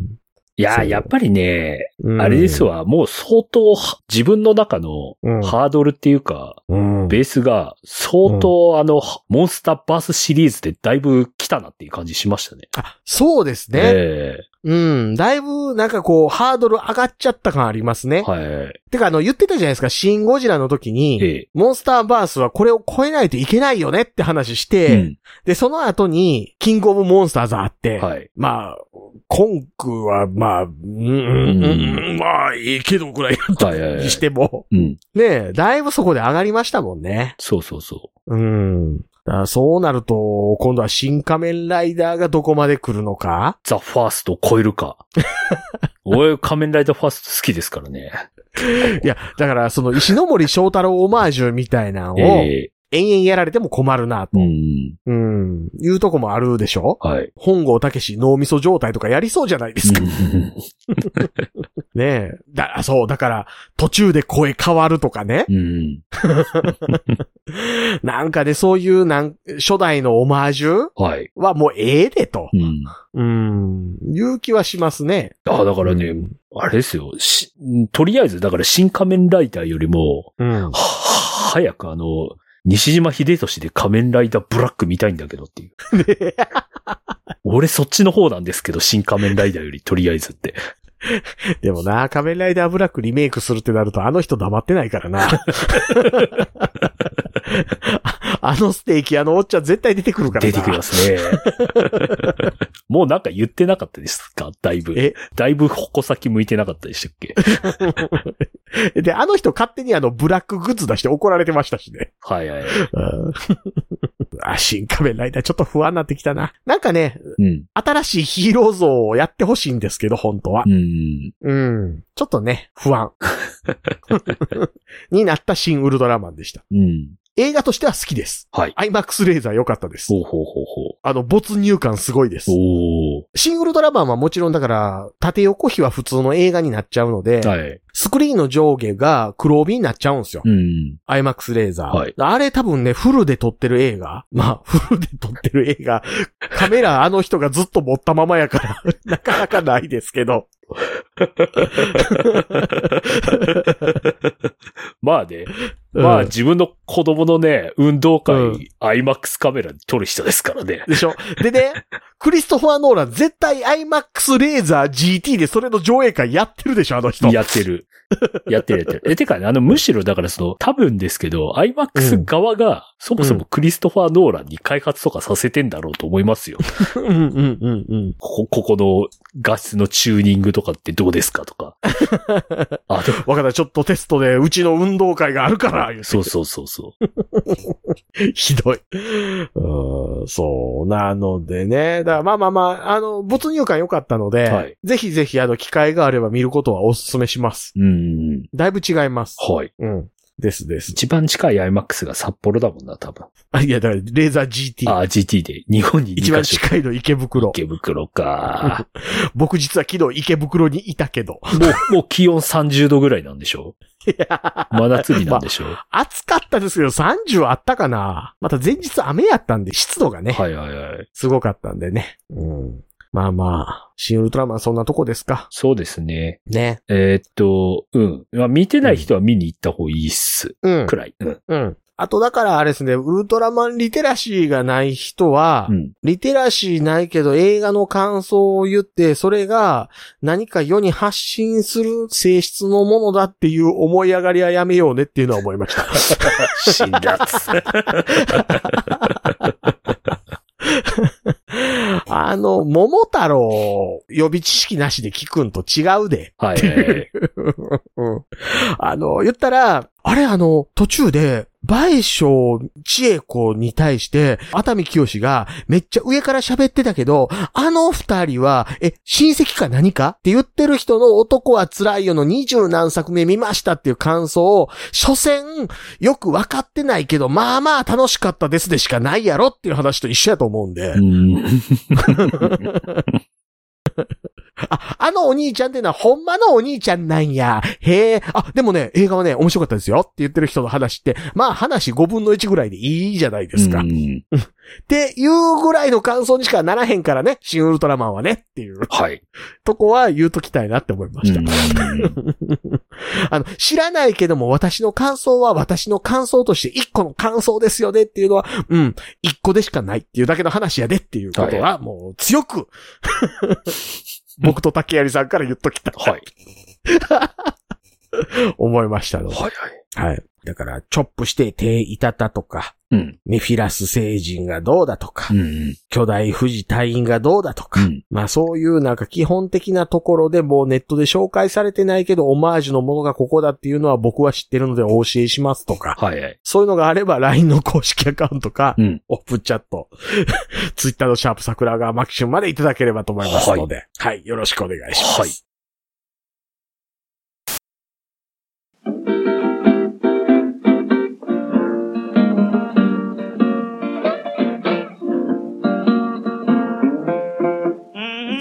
S4: いや
S3: そ
S4: ー、
S3: う
S4: やっぱりね、
S3: うん
S4: あれです。わ、もう相当は自分の中の
S3: うん。
S4: ハードルっていうか、
S3: うん。
S4: ベースが相当あの、モンスターバースシリーズでだいぶ来たなっていう感じしましたね。
S3: あそうですね。
S4: え
S3: うん。だいぶ、なんかこう、ハードル上がっちゃった感ありますね。
S4: えはい。
S3: てか、あの、言ってたじゃないですか。シンゴジラの時に、
S4: ええ
S3: モンスターバースはこれを超えないといけないよねって話して、
S4: うん
S3: で、その後に、キングオブモンスターズあって、
S4: はい。
S3: まあ、コンクは、まあ、うん、うん、うんまあ、いいけどぐらい
S4: はいはいはい
S3: にしても、
S4: うん。
S3: ねえ、だいぶそこで上がりましたもんね。
S4: そうそうそ
S3: うん。だからそうなると、今度は新仮面ライダーがどこまで来るのか
S4: う。ザ・ファーストを超えるか。 俺、仮面ライダーファースト好きですからね。
S3: いや、だから、その石ノ森章太郎オマージュみたいなのを、延
S4: ええ
S3: 々やられても困るなと、
S4: うん。
S3: うん、いうとこもあるでしょ
S4: はい。
S3: 本郷武史脳みそ状態とかやりそうじゃないですか。ねえ。だ、そう、だから、途中で声変わるとかね。
S4: うん。うん
S3: なんかね、そういう、なん、初代のオマージュ
S4: はい。
S3: はもうええでと。
S4: うん。
S3: うん。勇気はしますね。
S4: あだからね、
S3: うん
S4: あれですよ。しとりあえず、だから、新仮面ライダーよりも、
S3: うん。
S4: は早くあの、西島秀俊で仮面ライダーブラック見たいんだけどっていう。俺そっちの方なんですけど、新仮面ライダーよりとりあえずって。
S3: でもな、仮面ライダーブラックリメイクするってなると、あの人黙ってないから な。ああのステーキ、あのおっちゃん絶対出てくるからな。
S4: 出てきます ね。もうなんか言ってなかったですかだいぶ。
S3: え
S4: だいぶ矛先向いてなかったでしたっけ
S3: で、あの人勝手にあのブラックグッズ出して怒られてましたしね。
S4: はいはい。
S3: うん あ、新仮面ライダーちょっと不安になってきたな。なんかね、
S4: うん。
S3: 新しいヒーロー像をやってほしいんですけど、本当は
S4: う。ん。
S3: うん。ちょっとね、不安。 になった新ウルトラマンでした。
S4: うん。
S3: 映画としては好きです。
S4: はい。
S3: IMAX レーザー良かったです。
S4: ほうほうほうほう。
S3: あの、没入感すごいです。
S4: おー。
S3: シングルドラマンはもちろんだから、縦横比は普通の映画になっちゃうので、
S4: はい。
S3: スクリーンの上下が黒帯になっちゃうんですよ。
S4: うん。
S3: IMAX レーザー。
S4: はい
S3: あれ多分ね、フルで撮ってる映画。まあ、 フルで撮ってる映画。カメラあの人がずっと持ったままやから、 なかなかないですけど。
S4: まあね。
S3: うん
S4: まあ自分の子供のね、運動会、
S3: うん
S4: IMAX カメラで撮る人ですからね。
S3: でしょでね、クリストファー・ノーラン絶対 IMAX レーザー GT でそれの上映会やってるでしょ、あの人。
S4: やってる。やってるやってる。え、てかね、あの、むしろだからその、多分ですけど、
S3: うん
S4: IMAX 側が、そもそもクリストファー・ノーランに開発とかさせてんだろうと思いますよ。
S3: うんうんうんうん。
S4: ここ、ここの画質のチューニングとかってどうですかと か。あ、でも、
S3: わかった、ちょっとテストでうちの運動会があるから、言うて
S4: そうそうそうそう。
S3: ひどい。うん、そう。なのでね。だからまあまあまあ、あの、没入感良かったので、
S4: はい
S3: ぜひぜひ、あの、機会があれば見ることはお勧めします。
S4: うん。
S3: だいぶ違います。
S4: はい。
S3: うん。ですです。
S4: 一番近い IMAX が札幌だもんな、多分。
S3: あいや、だから、レーザー GT。
S4: あ、GT で。日本に
S3: 一番
S4: 近い。
S3: 近いの池袋。
S4: 池袋 か。
S3: 僕実は昨日池袋にいたけど。
S4: も う、もう気温30度ぐらいなんでしょ真夏日なんで しょ、
S3: 暑かったですけど、30あったかなまた前日雨やったんで、湿度がね、
S4: はいはいはい。
S3: すごかったんでね。うん。まあまあ、新ウルトラマンそんなとこですか。
S4: そうですね。
S3: ね。
S4: えーっと、うん。まあ、見てない人は見に行った方がいいっす。
S3: うん。
S4: くらい。うん。
S3: うん。あとだからあれですね、ウルトラマンリテラシーがない人は、
S4: うん。
S3: リテラシーないけど映画の感想を言って、それが何か世に発信する性質のものだっていう思い上がりはやめようねっていうのは思いま した。
S4: 辛辣。
S3: あの、桃太郎、予備知識なしで聞くんと違うで。
S4: はいはいはい。
S3: うんあの、言ったら、あれあの、途中で、倍賞千恵子に対して、熱海清がめっちゃ上から喋ってたけど、あの二人は、え、親戚か何かって言ってる人の男は辛いよの二十何作目見ましたっていう感想を、所詮、よく分かってないけど、まあまあ楽しかったですでしかないやろっていう話と一緒やと思うんで
S4: う。ん。
S3: あ、あのお兄ちゃんってのはほんまのお兄ちゃんなんや。へえ。あ、でもね、映画はね、面白かったですよって言ってる人の話って、まあ話5分の1ぐらいでいいじゃないですか。
S4: う
S3: っ
S4: ん
S3: ていうぐらいの感想にしかならへんからね、シンウルトラマンはねっていう
S4: はい。
S3: とこは言うときたいなって思いました。
S4: うん
S3: あの、知らないけども私の感想は私の感想として1個の感想ですよねっていうのは、うん、1個でしかないっていうだけの話やでっていうことは、もう強く、 僕と竹谷さんから言っときたい
S4: はい。
S3: 思いましたので。
S4: はいはい。
S3: はい。だから、チョップして手いたたとか、
S4: うん。
S3: ネフィラス星人がどうだとか、
S4: うん。
S3: 巨大富士隊員がどうだと
S4: う
S3: か、
S4: ん。
S3: まあそういうなんか基本的なところでもうネットで紹介されてないけど、オマージュのものがここだっていうのは僕は知ってるのでお教えしますとか、
S4: はいはい。
S3: そういうのがあれば LINE の公式アカウントか、
S4: うん。
S3: オープンチャット、Twitter のシャープ桜川マキシムまでいただければと思いますので、はい、よろしくお願いします。
S4: はい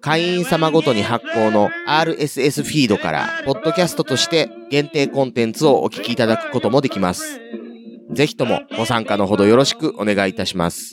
S5: 会員様ごとに発行の RSS フィードから、ポッドキャストとして限定コンテンツをお聞きいただくこともできます。ぜひともご参加のほどよろしくお願いいたします。